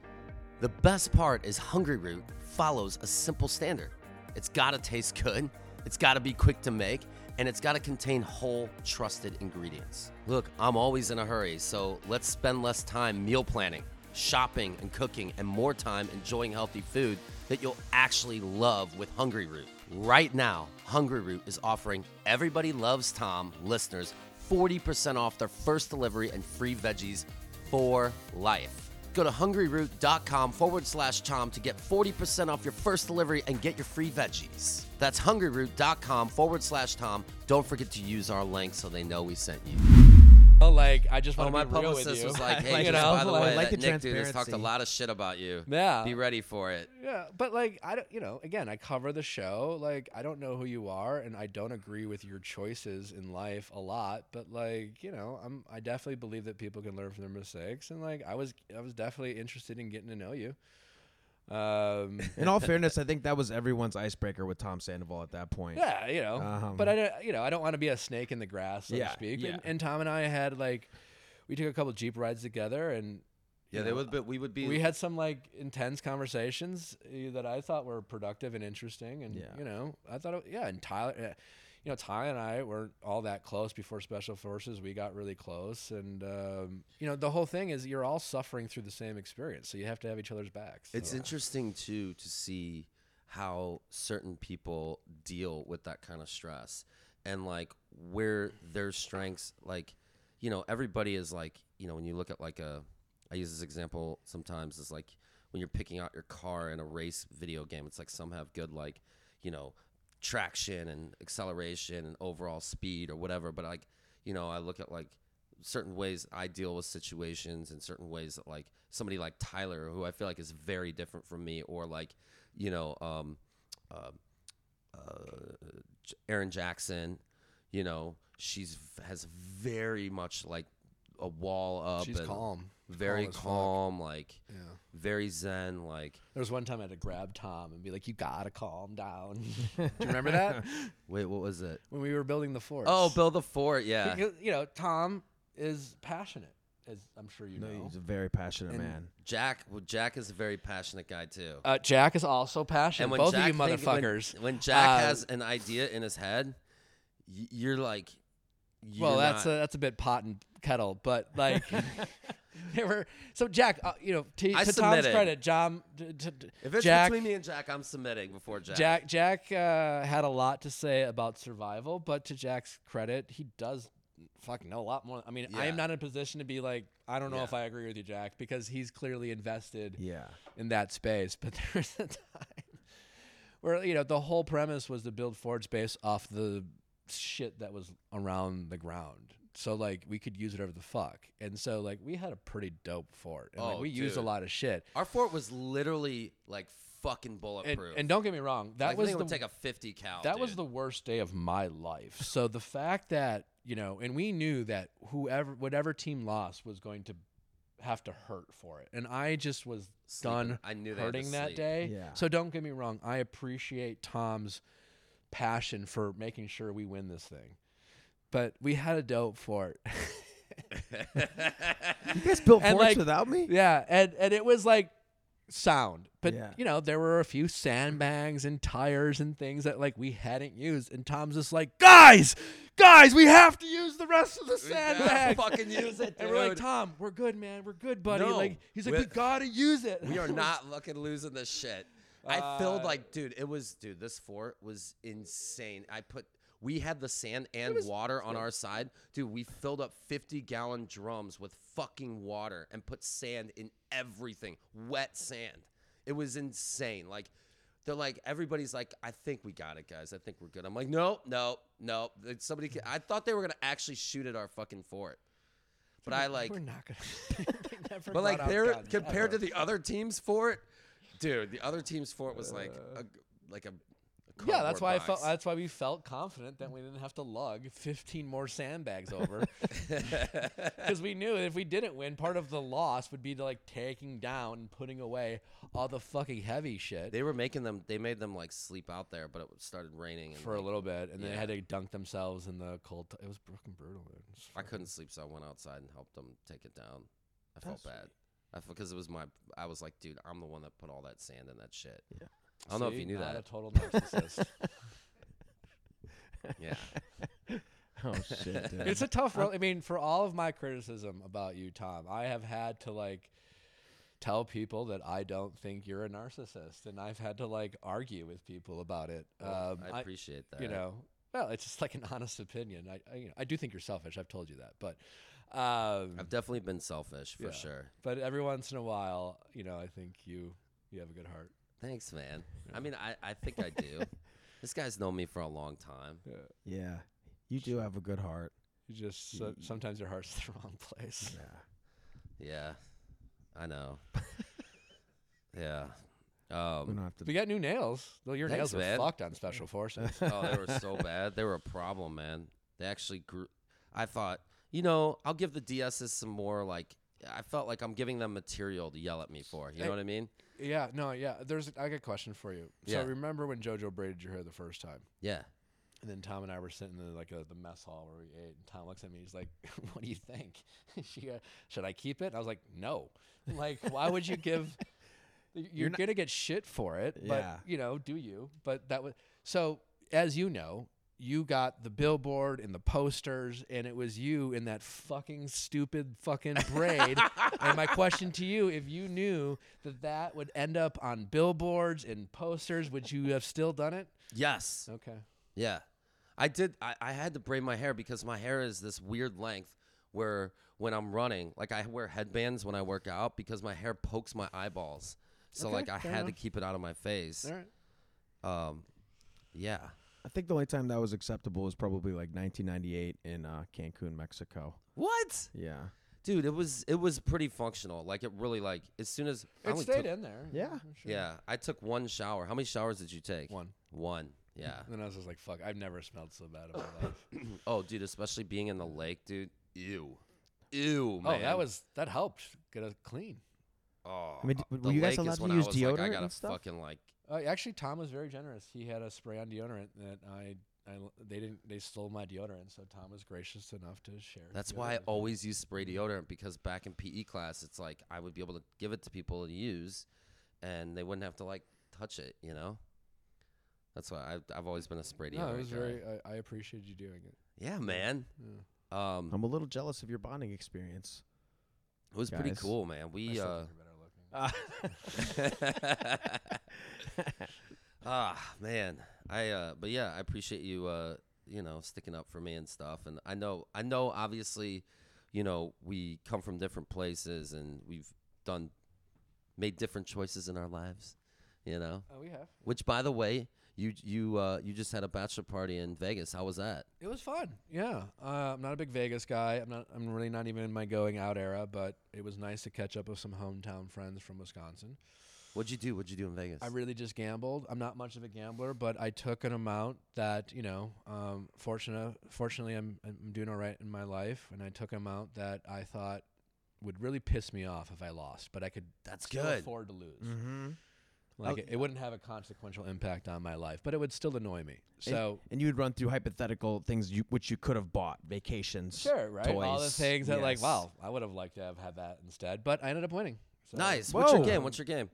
Speaker 1: The best part is Hungry Root follows a simple standard. It's gotta taste good, it's gotta be quick to make, and it's gotta contain whole, trusted ingredients. Look, I'm always in a hurry, so let's spend less time meal planning, shopping, and cooking, and more time enjoying healthy food that you'll actually love with Hungry Root. Right now, Hungry Root is offering Everybody Loves Tom listeners 40% off their first delivery and free veggies for life. Go to hungryroot.com forward slash Tom to get 40% off your first delivery and get your free veggies. That's hungryroot.com forward slash Tom. Don't forget to use our link so they know we sent you.
Speaker 2: Well, like I just want
Speaker 1: Oh,
Speaker 2: to
Speaker 1: my
Speaker 2: be real with
Speaker 1: publicist
Speaker 2: you.
Speaker 1: was
Speaker 2: (laughs)
Speaker 1: like, hey, just
Speaker 2: You know,
Speaker 1: by the
Speaker 2: like-
Speaker 1: way,
Speaker 3: like
Speaker 1: that
Speaker 3: the
Speaker 1: Nick dude has talked a
Speaker 3: transparency.
Speaker 1: lot of shit about you.
Speaker 2: Yeah.
Speaker 1: Be ready for it.
Speaker 2: Yeah, but like I don't, you know, again, I cover the show. Like I don't know who you are, and I don't agree with your choices in life a lot. But like, you know, I'm I definitely believe that people can learn from their mistakes, and like I was I was definitely interested in getting to know you.
Speaker 3: (laughs)
Speaker 2: Um,
Speaker 3: In all fairness, I think that was everyone's icebreaker with Tom Sandoval at that point.
Speaker 2: yeah, you know,
Speaker 3: Um,
Speaker 2: but I don't, you know, I don't want to be a snake in the grass, so to
Speaker 3: Yeah,
Speaker 2: speak.
Speaker 3: yeah.
Speaker 2: And, and Tom and I had like, we took a couple jeep rides together, and
Speaker 1: Yeah,
Speaker 2: you
Speaker 1: they
Speaker 2: know,
Speaker 1: would, but we would be.
Speaker 2: we had some like intense conversations uh, that I thought were productive and interesting, and
Speaker 3: Yeah.
Speaker 2: you know, I thought, it, yeah, and Tyler, uh, you know, Ty and I weren't all that close before Special Forces. We got really close, and um, you know, the whole thing is you're all suffering through the same experience, so you have to have each other's backs.
Speaker 1: It's
Speaker 2: so.
Speaker 1: interesting too to see how certain people deal with that kind of stress and like where their strengths like you know everybody is like you know when you look at like a I use this example sometimes is like when you're picking out your car in a race video game it's like some have good like you know traction and acceleration and overall speed or whatever but like you know I look at like certain ways I deal with situations and certain ways that like somebody like Tyler, who I feel like is very different from me, or like you know, um, uh, uh, J- Aaron Jackson, you know, she's v- has very much like a wall up.
Speaker 2: She's
Speaker 1: and
Speaker 2: calm,
Speaker 1: very
Speaker 2: as fuck.
Speaker 1: calm, like
Speaker 2: Yeah.
Speaker 1: very zen, like.
Speaker 2: There was one time I had to grab Tom and be like, "You gotta calm down." Do you remember that
Speaker 1: Wait, what was it?
Speaker 2: when we were building the force?
Speaker 1: Oh, Bill the Fort, yeah.
Speaker 2: (laughs) Because, you know, Tom is passionate, as I'm sure you
Speaker 3: No,
Speaker 2: know.
Speaker 3: he's a very passionate
Speaker 2: And-
Speaker 3: man.
Speaker 1: Jack, well, Jack is a very passionate guy too.
Speaker 2: Uh, Jack is also passionate. Both of you Uh,
Speaker 1: think- when-
Speaker 2: motherfuckers.
Speaker 1: When, Jack
Speaker 2: Uh,
Speaker 1: has an idea in his head, y- you're like, you're
Speaker 2: well, that's
Speaker 1: not-
Speaker 2: a, that's a bit pot and kettle,
Speaker 1: (laughs)
Speaker 2: but like (laughs) they were. So Jack, uh, you know, to,
Speaker 1: I
Speaker 2: to Tom's
Speaker 1: submitted.
Speaker 2: credit, John, to, to,
Speaker 1: if it's
Speaker 2: Jack,
Speaker 1: between me and Jack, I'm submitting before Jack.
Speaker 2: Jack, Jack uh, had a lot to say about survival, but to Jack's credit, he does fucking know a lot more. I mean, I am
Speaker 1: Yeah.
Speaker 2: not in a position to be like, I don't know
Speaker 1: Yeah.
Speaker 2: if I agree with you, Jack, because he's clearly invested (laughs)
Speaker 3: Yeah.
Speaker 2: in that space. But (laughs) there was a time where you know the whole premise was to build Forge base off the shit that was around the ground. So like we could use whatever the fuck, and so like we had a pretty dope fort, and like
Speaker 1: Oh,
Speaker 2: we used a
Speaker 1: dude.
Speaker 2: lot of shit.
Speaker 1: Our fort was literally like fucking
Speaker 2: And,
Speaker 1: bulletproof.
Speaker 2: and don't get me wrong, that
Speaker 1: like, I
Speaker 2: was
Speaker 1: think it
Speaker 2: the
Speaker 1: would take a 50 cal.
Speaker 2: that
Speaker 1: dude.
Speaker 2: was the worst day of my life. So the fact that you know, and we knew that whoever, whatever team lost, was going to have to hurt for it, and I just was
Speaker 1: Sleeping.
Speaker 2: done
Speaker 1: I knew they had to
Speaker 2: hurting that
Speaker 1: sleep.
Speaker 2: day.
Speaker 3: Yeah.
Speaker 2: So don't get me wrong, I appreciate Tom's passion for making sure we win this thing, but we had a dope fort.
Speaker 1: (laughs)
Speaker 3: You guys built
Speaker 2: And,
Speaker 3: forts
Speaker 2: like,
Speaker 3: without me?
Speaker 2: (laughs) yeah, and and it was like sound, but
Speaker 3: Yeah.
Speaker 2: you know there were a few sandbags and tires and things that like we hadn't used, and Tom's just like, guys, guys, we have to use the rest of the
Speaker 1: We gotta
Speaker 2: sandbags.
Speaker 1: fucking use it,
Speaker 2: (laughs) And we're like,
Speaker 1: dude.
Speaker 2: Tom, we're good, man. We're good, buddy.
Speaker 1: No,
Speaker 2: like he's like,
Speaker 1: we-
Speaker 2: we gotta use it.
Speaker 1: We
Speaker 2: (laughs)
Speaker 1: are
Speaker 2: It was-
Speaker 1: not fucking losing this shit. I filled
Speaker 2: Uh,
Speaker 1: like, dude, it was, dude, this fort was insane. I put, we had the sand and water on our side. Dude, we filled up 50 gallon drums with fucking water and put sand in everything, wet sand. It was insane. Like, they're like, everybody's like, I think we got it, guys. I think we're good. I'm like, no, no, no. Like, Somebody, ca- I thought they were going to actually shoot at our fucking fort. But I like,
Speaker 2: We're not gonna. (laughs) They
Speaker 1: (laughs)
Speaker 2: never
Speaker 1: but like
Speaker 2: brought out
Speaker 1: they're
Speaker 2: guns,
Speaker 1: compared to
Speaker 2: ever.
Speaker 1: the other teams for it, dude. The other teams for it was like a, like a, a
Speaker 2: Uh. Yeah, that's
Speaker 1: cardboard
Speaker 2: why I
Speaker 1: box.
Speaker 2: felt. That's why we felt confident that we didn't have to lug 15 more sandbags
Speaker 1: (laughs)
Speaker 2: over, because we knew if we didn't win, part of the loss would be to like taking down and putting away all the fucking heavy shit
Speaker 1: they were making them. They made them like sleep out there, but it started raining and
Speaker 2: for a
Speaker 1: like,
Speaker 2: little bit, and then they had
Speaker 1: yeah.
Speaker 2: to dunk themselves in the cold. T- it was fucking brutal. Dude. It was
Speaker 1: I
Speaker 2: fucking-
Speaker 1: couldn't sleep, so I went outside and helped them take it down. I felt
Speaker 3: That's
Speaker 1: bad. I because it was my. I was like, dude, I'm the one that put all that sand in that shit.
Speaker 3: Yeah.
Speaker 1: I don't know if
Speaker 2: See?
Speaker 1: you knew
Speaker 2: Not
Speaker 1: that.
Speaker 2: A total
Speaker 1: (laughs)
Speaker 2: narcissist.
Speaker 1: yeah.
Speaker 3: Oh (laughs) shit, dude.
Speaker 2: it's a tough road. I mean, for all of my criticism about you, Tom, I have had to like tell people that I don't think you're a narcissist, and I've had to like argue with people about it.
Speaker 1: Well,
Speaker 2: (laughs) um,
Speaker 1: I
Speaker 2: I-
Speaker 1: appreciate that.
Speaker 2: you know, well, it's just like an honest opinion. I, I, you know, I do think you're selfish. I've told you that, but, um,
Speaker 1: I've definitely been selfish for
Speaker 2: Yeah.
Speaker 1: sure.
Speaker 2: but every once in a while, you know, I think you you have a good heart.
Speaker 1: Thanks, man. I mean, I, I think I
Speaker 2: (laughs)
Speaker 1: do. this guy's known me for a long time.
Speaker 2: Yeah.
Speaker 3: yeah. You do have a good heart.
Speaker 2: You just so, sometimes your heart's (laughs) the wrong place.
Speaker 3: Yeah.
Speaker 1: Yeah, I
Speaker 2: (laughs)
Speaker 1: know. yeah.
Speaker 3: We
Speaker 1: Um,
Speaker 3: don't have to
Speaker 2: We got new nails. Well, your
Speaker 1: Thanks,
Speaker 2: nails were
Speaker 1: man.
Speaker 2: fucked
Speaker 1: (laughs)
Speaker 2: on special forces.
Speaker 3: (laughs)
Speaker 1: oh, they were
Speaker 2: (laughs)
Speaker 1: so bad. They were a problem, man. They actually grew. I thought, you know, I'll give the DSs some more. Like, I felt like I'm giving them material to yell at me for. You
Speaker 2: Hey.
Speaker 1: know what I mean?
Speaker 2: Yeah, no, yeah. There's I got a question for you.
Speaker 1: Yeah.
Speaker 2: So remember when JoJo braided your hair the first time,
Speaker 1: Yeah.
Speaker 2: and then Tom and I were sitting in like uh the mess hall where we ate, and Tom looks at me, he's like, (laughs) "What do you think? (laughs) she, uh, should I keep it?" And I was like, "No. Like, why would you give? You're,
Speaker 3: not-
Speaker 2: gonna get shit for it,
Speaker 3: Yeah.
Speaker 2: but you know, do you? But that was so. As you know, you got the billboard and the posters, and it was you in that fucking stupid fucking braid. and my question to you: If you knew that that would end up on billboards and posters, would you have still done it?
Speaker 1: Yes.
Speaker 2: Okay.
Speaker 1: Yeah. I did I, I had to braid my hair because my hair is this weird length where when I'm running, like I wear headbands when I work out because my hair pokes my eyeballs. So
Speaker 2: Okay,
Speaker 1: like I
Speaker 2: fair
Speaker 1: had to
Speaker 2: enough.
Speaker 1: keep it out of my face.
Speaker 2: All right.
Speaker 1: Um yeah.
Speaker 3: I think the only time that was acceptable was probably like 1998 in uh, Cancun, Mexico.
Speaker 1: What?
Speaker 3: Yeah.
Speaker 1: Dude, it was it was pretty functional. Like it really like as soon as I
Speaker 2: It
Speaker 1: only
Speaker 2: stayed
Speaker 1: took,
Speaker 2: in there.
Speaker 3: Yeah.
Speaker 2: for sure.
Speaker 1: Yeah. I took one shower. How many showers did you take?
Speaker 2: One.
Speaker 1: One.
Speaker 3: (laughs)
Speaker 1: Yeah. (laughs)
Speaker 2: And then I was just like, "Fuck! I've never smelled so bad (laughs) in my life."
Speaker 1: oh, dude, especially being in the lake, dude. Ew. Ew, man.
Speaker 2: Oh, that was that helped get us clean.
Speaker 1: Oh,
Speaker 3: I mean, d-
Speaker 1: the
Speaker 3: were you guys
Speaker 1: lake is
Speaker 3: allowed to
Speaker 1: when I
Speaker 3: use
Speaker 1: was like, I
Speaker 3: deodorant
Speaker 1: gotta
Speaker 3: and stuff?
Speaker 1: fucking like
Speaker 2: Uh, actually, Tom was very generous. He had a spray on deodorant that I, I l- they didn't they stole my deodorant, so Tom was gracious enough to share. his
Speaker 1: That's why I
Speaker 2: deodorant.
Speaker 1: always use spray deodorant because back in PE class, it's like I would be able to give it to people to use, and they wouldn't have to like touch it. You know, that's why I've, I've always been a spray deodorant.
Speaker 2: No, it was
Speaker 1: guy.
Speaker 2: very. I, I appreciated you doing it.
Speaker 1: yeah, man.
Speaker 2: Yeah.
Speaker 1: Um,
Speaker 3: I'm a little jealous of your bonding experience.
Speaker 1: it was pretty
Speaker 3: guys.
Speaker 1: cool, man. We uh,
Speaker 2: (laughs)
Speaker 1: (laughs)
Speaker 2: Uh,
Speaker 1: ah man, I uh, but yeah, I appreciate you uh, you know, sticking up for me and stuff. And I know, I know, obviously, you know, we come from different places and we've done made different choices in our lives, you know.
Speaker 2: Oh, we have.
Speaker 1: Which, by the way, you you uh, you just had a bachelor party in Vegas. How was that?
Speaker 2: It was fun. Yeah, uh, I'm not a big Vegas guy. I'm not. I'm really not even in my going out era. But it was nice to catch up with some hometown friends from Wisconsin.
Speaker 1: What'd you do? What'd you do in Vegas?
Speaker 2: I really just gambled. I'm not much of a gambler, but I took an amount that you know. Um, fortunate, fortunately, I'm I'm doing all right in my life, and I took an amount that I thought would really piss me off if I lost, but I could
Speaker 1: That's
Speaker 2: still
Speaker 1: good.
Speaker 2: afford to lose.
Speaker 3: mm-hmm.
Speaker 2: Like
Speaker 3: Oh,
Speaker 2: it, it wouldn't have a consequential impact on my life, but it would still annoy me. So
Speaker 3: And you would run through hypothetical things you, which you could have bought, vacations.
Speaker 2: Sure, right? All the
Speaker 3: toys,
Speaker 2: things that like,
Speaker 3: yes.
Speaker 2: wow, I would have liked to have had that instead, but I ended up winning. So,
Speaker 1: nice. What's your
Speaker 3: Whoa.
Speaker 1: game? What's your game?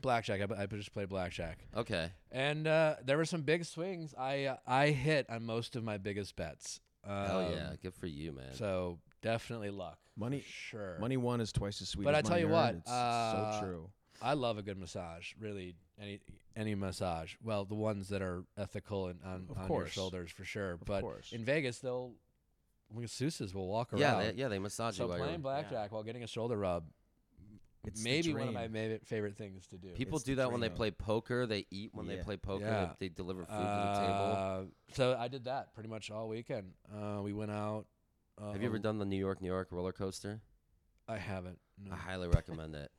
Speaker 2: blackjack. I, I just played blackjack,
Speaker 1: Okay.
Speaker 2: and uh, there were some big swings. I uh, I hit on most of my biggest bets. Um,
Speaker 1: Hell yeah. Good for you, man.
Speaker 2: So definitely luck. for
Speaker 3: Money-
Speaker 2: sure.
Speaker 3: Money won is twice as sweet.
Speaker 2: But
Speaker 3: as
Speaker 2: I tell
Speaker 3: money
Speaker 2: you
Speaker 3: earned.
Speaker 2: what,
Speaker 3: it's
Speaker 2: uh,
Speaker 3: so true.
Speaker 2: I love a good massage. Really, any any massage. Well, the ones that are ethical and on,
Speaker 3: Of
Speaker 2: on
Speaker 3: course.
Speaker 2: your shoulders for sure. but
Speaker 3: course.
Speaker 2: in Vegas, they'll masseuses will walk around.
Speaker 1: yeah, they, yeah, they massage
Speaker 2: So
Speaker 1: you. While
Speaker 2: playing
Speaker 1: you're,
Speaker 2: blackjack while getting a shoulder rub,
Speaker 3: It's the
Speaker 2: maybe one of
Speaker 3: dream.
Speaker 2: my ma- favorite things to do.
Speaker 1: people
Speaker 3: It's
Speaker 1: do
Speaker 3: the
Speaker 1: that when they
Speaker 3: dream.
Speaker 1: play poker. They eat when they
Speaker 3: Yeah.
Speaker 1: play poker.
Speaker 2: Yeah.
Speaker 1: They, they deliver food to the table.
Speaker 2: Uh, So I did that pretty much all weekend. Uh, we went out. Uh,
Speaker 1: Have you ever
Speaker 2: on-
Speaker 1: done the New York, New York roller coaster?
Speaker 2: I haven't. No.
Speaker 3: Mm.
Speaker 1: I highly recommend it.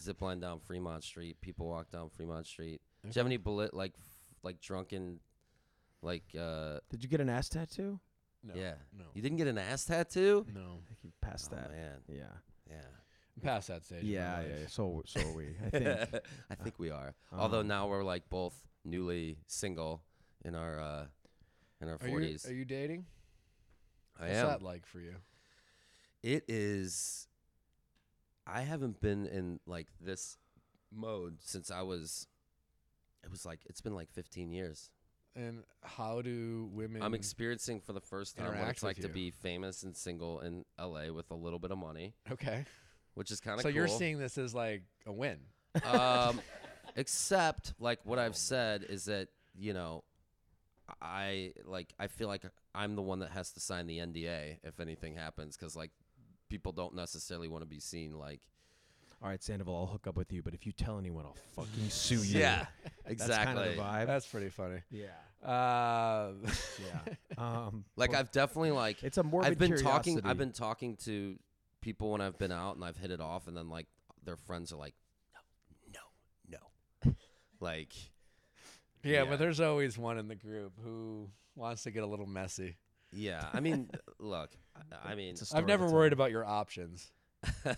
Speaker 1: Zip line down Fremont Street. People walk down Fremont Street. Do you have any bullet like f- like drunken like uh
Speaker 3: Did you get an ass tattoo?
Speaker 2: No.
Speaker 1: yeah.
Speaker 2: No.
Speaker 1: You didn't get an ass tattoo?
Speaker 2: No.
Speaker 3: (laughs) I think you passed
Speaker 1: Oh
Speaker 3: that.
Speaker 1: man.
Speaker 3: Yeah.
Speaker 1: Yeah.
Speaker 2: I'm past that stage. of my
Speaker 3: Yeah, yeah,
Speaker 2: life.
Speaker 3: yeah. So so are we. I think. Uh, Uh-huh.
Speaker 1: I think we are. (laughs) Although now we're like both newly single in our uh in our
Speaker 2: Are you,
Speaker 1: forties.
Speaker 2: are you dating?
Speaker 1: I
Speaker 2: What's
Speaker 1: am.
Speaker 2: that like for you?
Speaker 1: It is. I haven't been in like this mode since I was. It was like it's been like 15 years.
Speaker 2: And how do women?
Speaker 1: I'm experiencing for the first time what
Speaker 2: interact
Speaker 1: it's like
Speaker 2: with
Speaker 1: to be
Speaker 2: you.
Speaker 1: famous and single in LA with a little bit of money,
Speaker 2: (laughs) okay.
Speaker 1: which is kind
Speaker 2: So
Speaker 1: of cool.
Speaker 2: you're seeing this as like a win.
Speaker 3: (laughs)
Speaker 1: um, except like what I've said is that you know, I like I feel like I'm the one that has to sign the NDA if anything happens because like people don't necessarily want to be seen like
Speaker 3: All right, Sandoval, I'll hook up with you, but if you tell anyone, I'll fucking sue you.
Speaker 1: yeah
Speaker 3: That's
Speaker 1: exactly
Speaker 3: kind of the vibe.
Speaker 2: That's pretty funny.
Speaker 3: yeah.
Speaker 2: Uh, (laughs)
Speaker 1: (laughs)
Speaker 3: Yeah. Um,
Speaker 1: like
Speaker 3: but
Speaker 1: I've definitely like
Speaker 3: it's a morbid
Speaker 1: I've been
Speaker 3: curiosity.
Speaker 1: talking I've been talking to people when I've been out and I've hit it off and then like their friends are like no no (laughs) no like
Speaker 2: yeah,
Speaker 1: Yeah.
Speaker 2: but there's always one in the group who wants to get a little messy.
Speaker 1: yeah I
Speaker 3: (laughs)
Speaker 1: mean look I- I mean
Speaker 3: It's a story
Speaker 2: I've never
Speaker 3: to tell.
Speaker 2: worried about your options.
Speaker 1: (laughs) I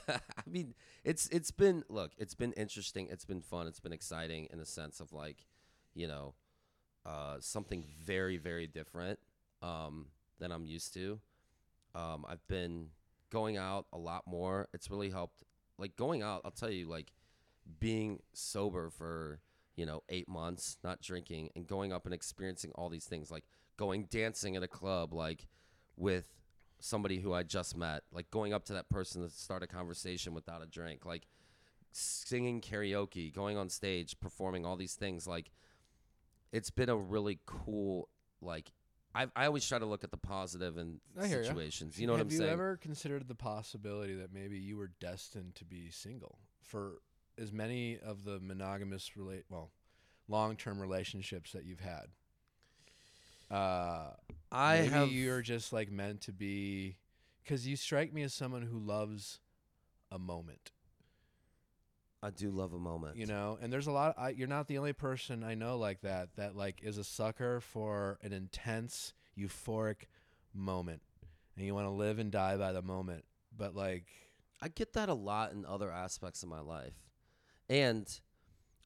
Speaker 1: mean, it's it's been look, it's been interesting, it's been fun, it's been exciting in the sense of like, you know, uh, something very very different um, than I'm used to. Um, I've been going out a lot more. It's really helped. Like going out, I'll tell you, like being sober for you know eight months, not drinking, and going up and experiencing all these things, like going dancing at a club, like with somebody who I just met, like going up to that person to start a conversation without a drink, like singing karaoke, going on stage, performing all these things. Like, it's been a really cool, like, I, I always try to look at the positive in
Speaker 2: I hear ya.
Speaker 1: situations. You know what
Speaker 2: Have
Speaker 1: I'm
Speaker 2: you
Speaker 1: saying?
Speaker 2: ever considered the possibility that maybe you were destined to be single for as many of the monogamous rela- well, long-term relationships that you've had? Uh,
Speaker 1: I
Speaker 2: maybe
Speaker 1: have.
Speaker 2: you're just like meant to be, because you strike me as someone who loves a moment,
Speaker 1: I do love a moment.
Speaker 2: you know. And there's a lot. I, you're not the only person I know like that. That like is a sucker for an intense, euphoric moment, and you want to live and die by the moment. But like.
Speaker 1: I get that a lot in other aspects of my life. And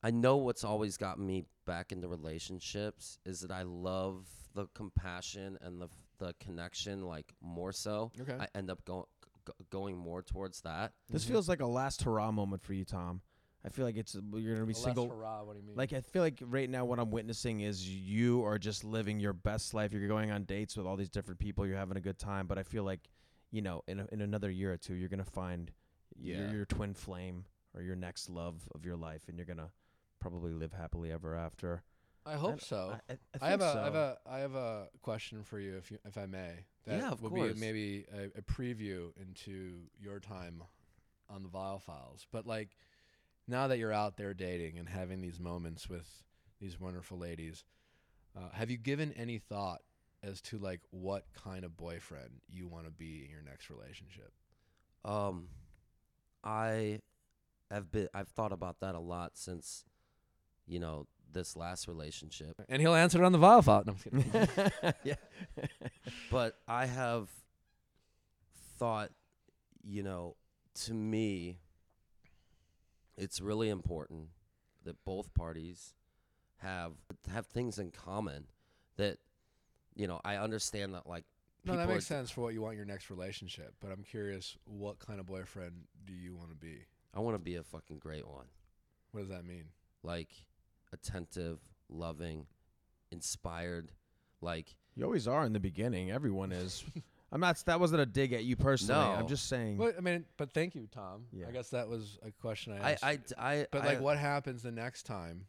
Speaker 1: I know what's always gotten me back into relationships is that I love the compassion and the the connection like more so.
Speaker 2: Okay.
Speaker 1: I end up going going more towards that. Mhm.
Speaker 3: This feels like a last hurrah moment for you, Tom. I feel like it's you're gonna be
Speaker 2: Less
Speaker 3: single.
Speaker 2: hurrah, what do you mean?
Speaker 3: Like I feel like right now what I'm witnessing is you are just living your best life. You're going on dates with all these different people. You're having a good time. But I feel like, you know, in a, in another year or two, you're gonna find
Speaker 1: Yeah.
Speaker 3: your, your twin flame or your next love of your life, and you're gonna probably live happily ever after.
Speaker 2: I hope
Speaker 3: And
Speaker 2: so.
Speaker 3: I, I, I
Speaker 2: Oh. I, have
Speaker 3: think
Speaker 2: a I have
Speaker 3: so.
Speaker 2: a I have a question for you if you if I may. That
Speaker 1: Yeah, of
Speaker 2: will
Speaker 1: course.
Speaker 2: be maybe a, a preview into your time on the Vile Files. But like now that you're out there dating and having these moments with these wonderful ladies, uh, have you given any thought as to like what kind of boyfriend you want to be in your next relationship?
Speaker 1: Um, I have been. I've thought about that a lot since, you know, this last relationship.
Speaker 2: And he'll answer it on the Vile File. No, I'm kidding.
Speaker 1: (laughs)
Speaker 2: (laughs)
Speaker 3: yeah.
Speaker 1: but I have thought, you know, to me, it's really important that both parties have have things in common. That, you know, I understand that like
Speaker 2: No, that
Speaker 1: people
Speaker 2: makes
Speaker 1: are-
Speaker 2: sense for what you want your next relationship. But I'm curious, what kind of boyfriend do you want to be?
Speaker 1: I want to be a fucking great one,
Speaker 2: What does that mean?
Speaker 1: like attentive, loving, inspired, like
Speaker 3: (laughs) You always are in the beginning. Everyone (laughs) is. I'm not. That wasn't a dig at you personally. I'm
Speaker 1: No.
Speaker 3: just saying.
Speaker 2: Well, I mean, but thank you, Tom.
Speaker 3: Yeah.
Speaker 2: I guess that was a question I
Speaker 1: I
Speaker 2: asked.
Speaker 1: I I.
Speaker 2: but
Speaker 1: I-
Speaker 2: like, what happens the next time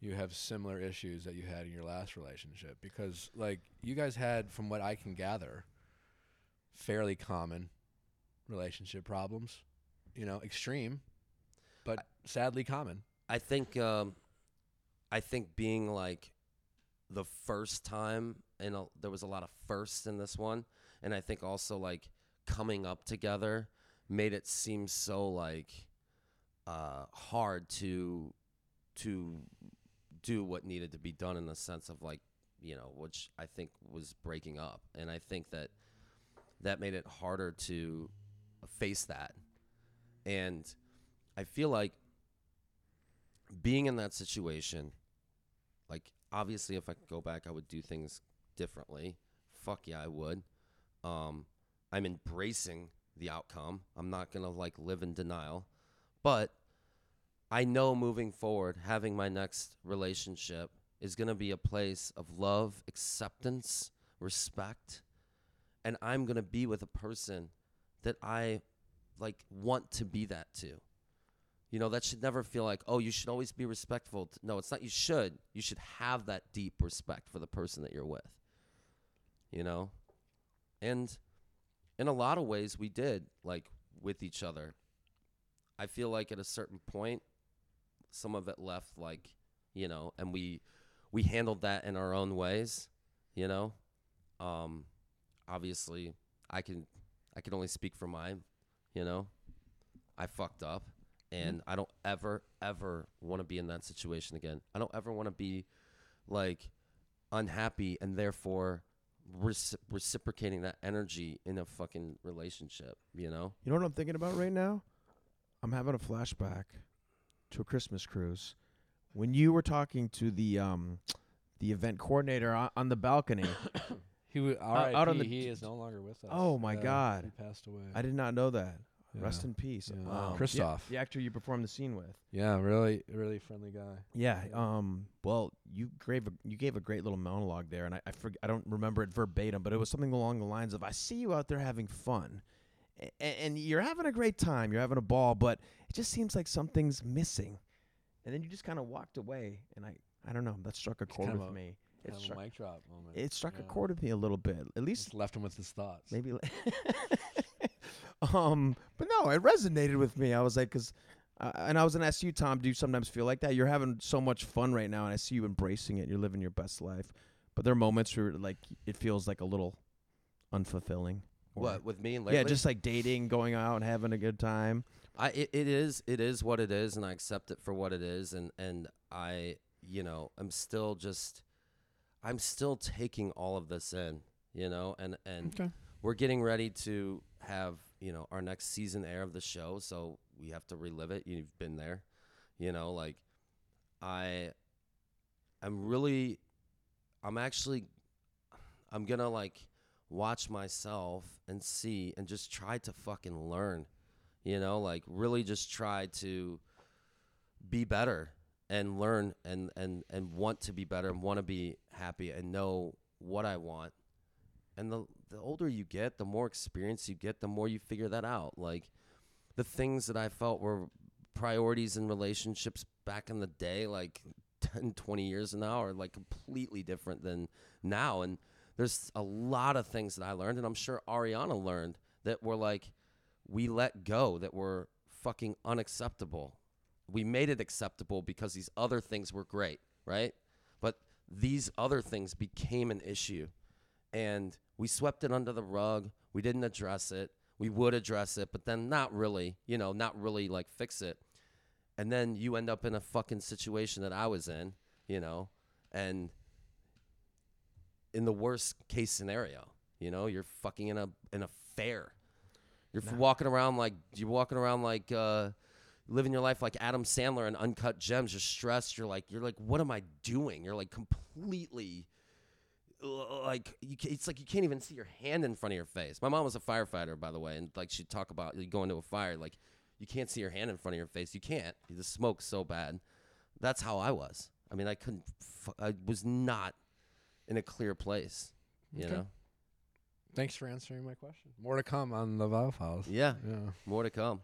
Speaker 2: you have similar issues that you had in your last relationship? Because like, you guys had, from what I can gather, fairly common relationship problems. You know, extreme, but sadly common.
Speaker 1: I think um, I think being like the first time and a- there was a lot of firsts in this one, and I think also like coming up together made it seem so like uh, hard to to do what needed to be done in the sense of like you know which I think was breaking up, and I think that that made it harder to face that, and I feel like being in that situation, like obviously if I could go back, I would do things differently. Fuck yeah, I would. Um, I'm embracing the outcome. I'm not gonna like live in denial, but I know moving forward, having my next relationship is gonna be a place of love, acceptance, respect, and I'm gonna be with a person that I like want to be that to. You know, that should never feel like, oh, you should always be respectful. t- No, it's not you should. You should have that deep respect for the person that you're with. You know? And in a lot of ways we did like with each other. I feel like at a certain point some of it left like, you know, and we we handled that in our own ways, you know? Um obviously I can I can only speak for mine, you know. I fucked up
Speaker 3: Mm-hmm.
Speaker 1: and I don't ever ever want to be in that situation again. I don't ever want to be like unhappy and therefore reci- reciprocating that energy in a fucking relationship, you know?
Speaker 3: You know what I'm thinking about right now? I'm having a flashback to a Christmas cruise when you were talking to the um the event coordinator on, on the balcony.
Speaker 2: He w-
Speaker 3: out on the-
Speaker 2: he is no longer with us.
Speaker 3: Oh my God.
Speaker 2: he passed away.
Speaker 3: I did not know that.
Speaker 2: Yeah.
Speaker 3: Rest in peace,
Speaker 2: Yeah.
Speaker 3: Um,
Speaker 2: Christoph.
Speaker 3: the, the actor you performed the scene with.
Speaker 2: yeah, really, really friendly guy.
Speaker 3: Yeah. Um. Well, you gave a, you gave a great little monologue there, and I I, forg I don't remember it verbatim, but it was something along the lines of "I see you out there having fun, and, and you're having a great time, you're having a ball, but it just seems like something's missing." And then you just kind of walked away, and I I don't know that struck a
Speaker 2: It's
Speaker 3: chord
Speaker 2: kind of
Speaker 3: with
Speaker 2: a-
Speaker 3: me. It
Speaker 2: Kind of a
Speaker 3: struck,
Speaker 2: mic drop moment.
Speaker 3: it struck a
Speaker 2: yeah.
Speaker 3: chord with me a little bit, at least
Speaker 2: Just left him with his thoughts.
Speaker 3: maybe. li- (laughs) um, but no, it resonated with me. I was like, because, uh, and I was gonna ask you, Tom, do you sometimes feel like that? You're having so much fun right now, and I see you embracing it. You're living your best life, but there are moments where like it feels like a little unfulfilling. or-
Speaker 1: What with me and lately?
Speaker 3: Yeah, just like dating, going out, and having a good time.
Speaker 1: I it, it is it is what it is and I accept it for what it is and and I, you know, I'm still just I'm still taking all of this in, you know, and and
Speaker 2: Okay.
Speaker 1: we're getting ready to have you know our next season air of the show so we have to relive it you've been there you know like i i'm really i'm actually i'm gonna like watch myself and see and just try to fucking learn you know like really just try to be better and learn and and and want to be better and want to be happy and know what I want. And the the older you get, the more experience you get, the more you figure that out. Like the things that I felt were priorities in relationships back in the day, like (laughs) 10, 20 years now, are like completely different than now. And there's a lot of things that I learned, and I'm sure Ariana learned that were like, we let go, that were fucking unacceptable. We made it acceptable because these other things were great, right? But these other things became an issue. And we swept it under the rug. We didn't address it. We would address it, but then not really, you know, not really like fix it. And then you end up in a fucking situation that I was in, you know, and in the worst case scenario. You know, you're fucking in a in a fair. You're f walking around like you're walking around like uh, living your life like Adam Sandler and Uncut Gems. You're stressed. You're like you're like, what am I doing? You're like completely uh, like you, ca- it's like you can't even see your hand in front of your face. My mom was a firefighter, by the way, and like she'd talk about you going to a fire, like you can't see your hand in front of your face. You can't. The smoke's so bad. That's how I was. I mean, I couldn't. F- I was not in a clear place. You
Speaker 2: Okay.
Speaker 1: know?
Speaker 2: Thanks for answering my question. More to come on the Valve House.
Speaker 1: Yeah.
Speaker 2: Yeah.
Speaker 1: More to come.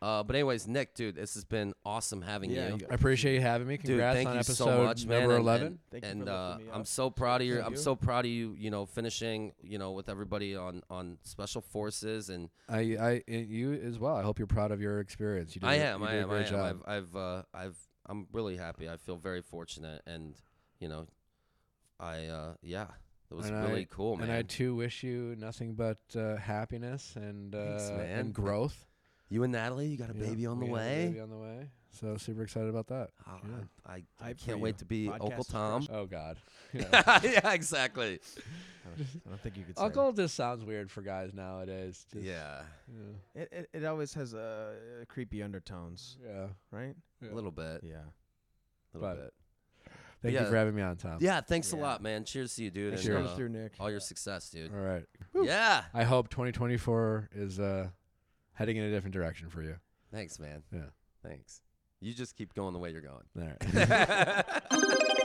Speaker 1: Uh, but anyways, Nick, dude, this has been awesome having
Speaker 3: Yeah,
Speaker 1: you.
Speaker 3: you-
Speaker 2: I appreciate you having me.
Speaker 1: Dude,
Speaker 2: Congrats
Speaker 1: thank
Speaker 2: on
Speaker 1: you
Speaker 2: episode
Speaker 1: so much, man.
Speaker 2: number
Speaker 1: and-
Speaker 2: eleven.
Speaker 1: And,
Speaker 3: Thank you
Speaker 1: and,
Speaker 3: for
Speaker 1: uh,
Speaker 3: lifting me
Speaker 1: I'm
Speaker 3: up.
Speaker 1: so proud of you.
Speaker 3: Thank
Speaker 1: I'm
Speaker 3: you.
Speaker 1: so proud of you. You know, finishing. You know, with everybody on on special forces, and
Speaker 2: I, I, and you as well. I hope you're proud of your experience. You did,
Speaker 1: I
Speaker 2: a-
Speaker 1: am.
Speaker 2: you
Speaker 1: I
Speaker 2: did a
Speaker 1: am. I
Speaker 2: great
Speaker 1: am.
Speaker 2: job.
Speaker 1: I've. I've. Uh, I've. I'm really happy. I feel very fortunate, and you know, I. Uh, yeah, it was
Speaker 2: And
Speaker 1: really
Speaker 2: I-
Speaker 1: cool, man.
Speaker 2: And I too wish you nothing but uh, happiness and uh,
Speaker 1: Thanks, man.
Speaker 2: and growth.
Speaker 1: you and Natalie, you got a
Speaker 2: Yeah,
Speaker 1: baby on the
Speaker 2: we have a
Speaker 1: way.
Speaker 2: Baby on the way. So super excited about that.
Speaker 1: Oh,
Speaker 2: Yeah.
Speaker 1: I, I, I
Speaker 3: Hype for
Speaker 1: can't wait
Speaker 3: you.
Speaker 1: to be
Speaker 3: Podcast
Speaker 1: Uncle
Speaker 3: is
Speaker 1: Tom.
Speaker 2: Oh God. (laughs)
Speaker 1: (laughs)
Speaker 2: Yeah.
Speaker 1: yeah, exactly.
Speaker 3: I don't think you could say
Speaker 2: Uncle just sounds weird for guys nowadays. Just,
Speaker 1: Yeah,
Speaker 2: Yeah.
Speaker 3: It, it, it always has uh, creepy undertones,
Speaker 2: yeah.
Speaker 3: right?
Speaker 1: a little bit.
Speaker 3: Yeah.
Speaker 1: A little
Speaker 2: But-
Speaker 1: bit.
Speaker 2: Thank you
Speaker 1: Yeah.
Speaker 2: for having me on, Tom.
Speaker 1: Yeah, thanks a
Speaker 3: Yeah.
Speaker 1: lot, man. Cheers to you, dude.
Speaker 3: Thanks
Speaker 1: And,
Speaker 2: Cheers.
Speaker 3: for coming
Speaker 1: uh,
Speaker 3: through, Nick.
Speaker 1: all your success, dude.
Speaker 2: All right.
Speaker 1: Yeah.
Speaker 2: I hope 2024 is uh, heading in a different direction for you.
Speaker 1: Thanks, man.
Speaker 2: Yeah.
Speaker 3: (laughs)
Speaker 1: (laughs)
Speaker 2: (laughs)
Speaker 1: Thanks. You just keep going the way you're going.
Speaker 2: All right.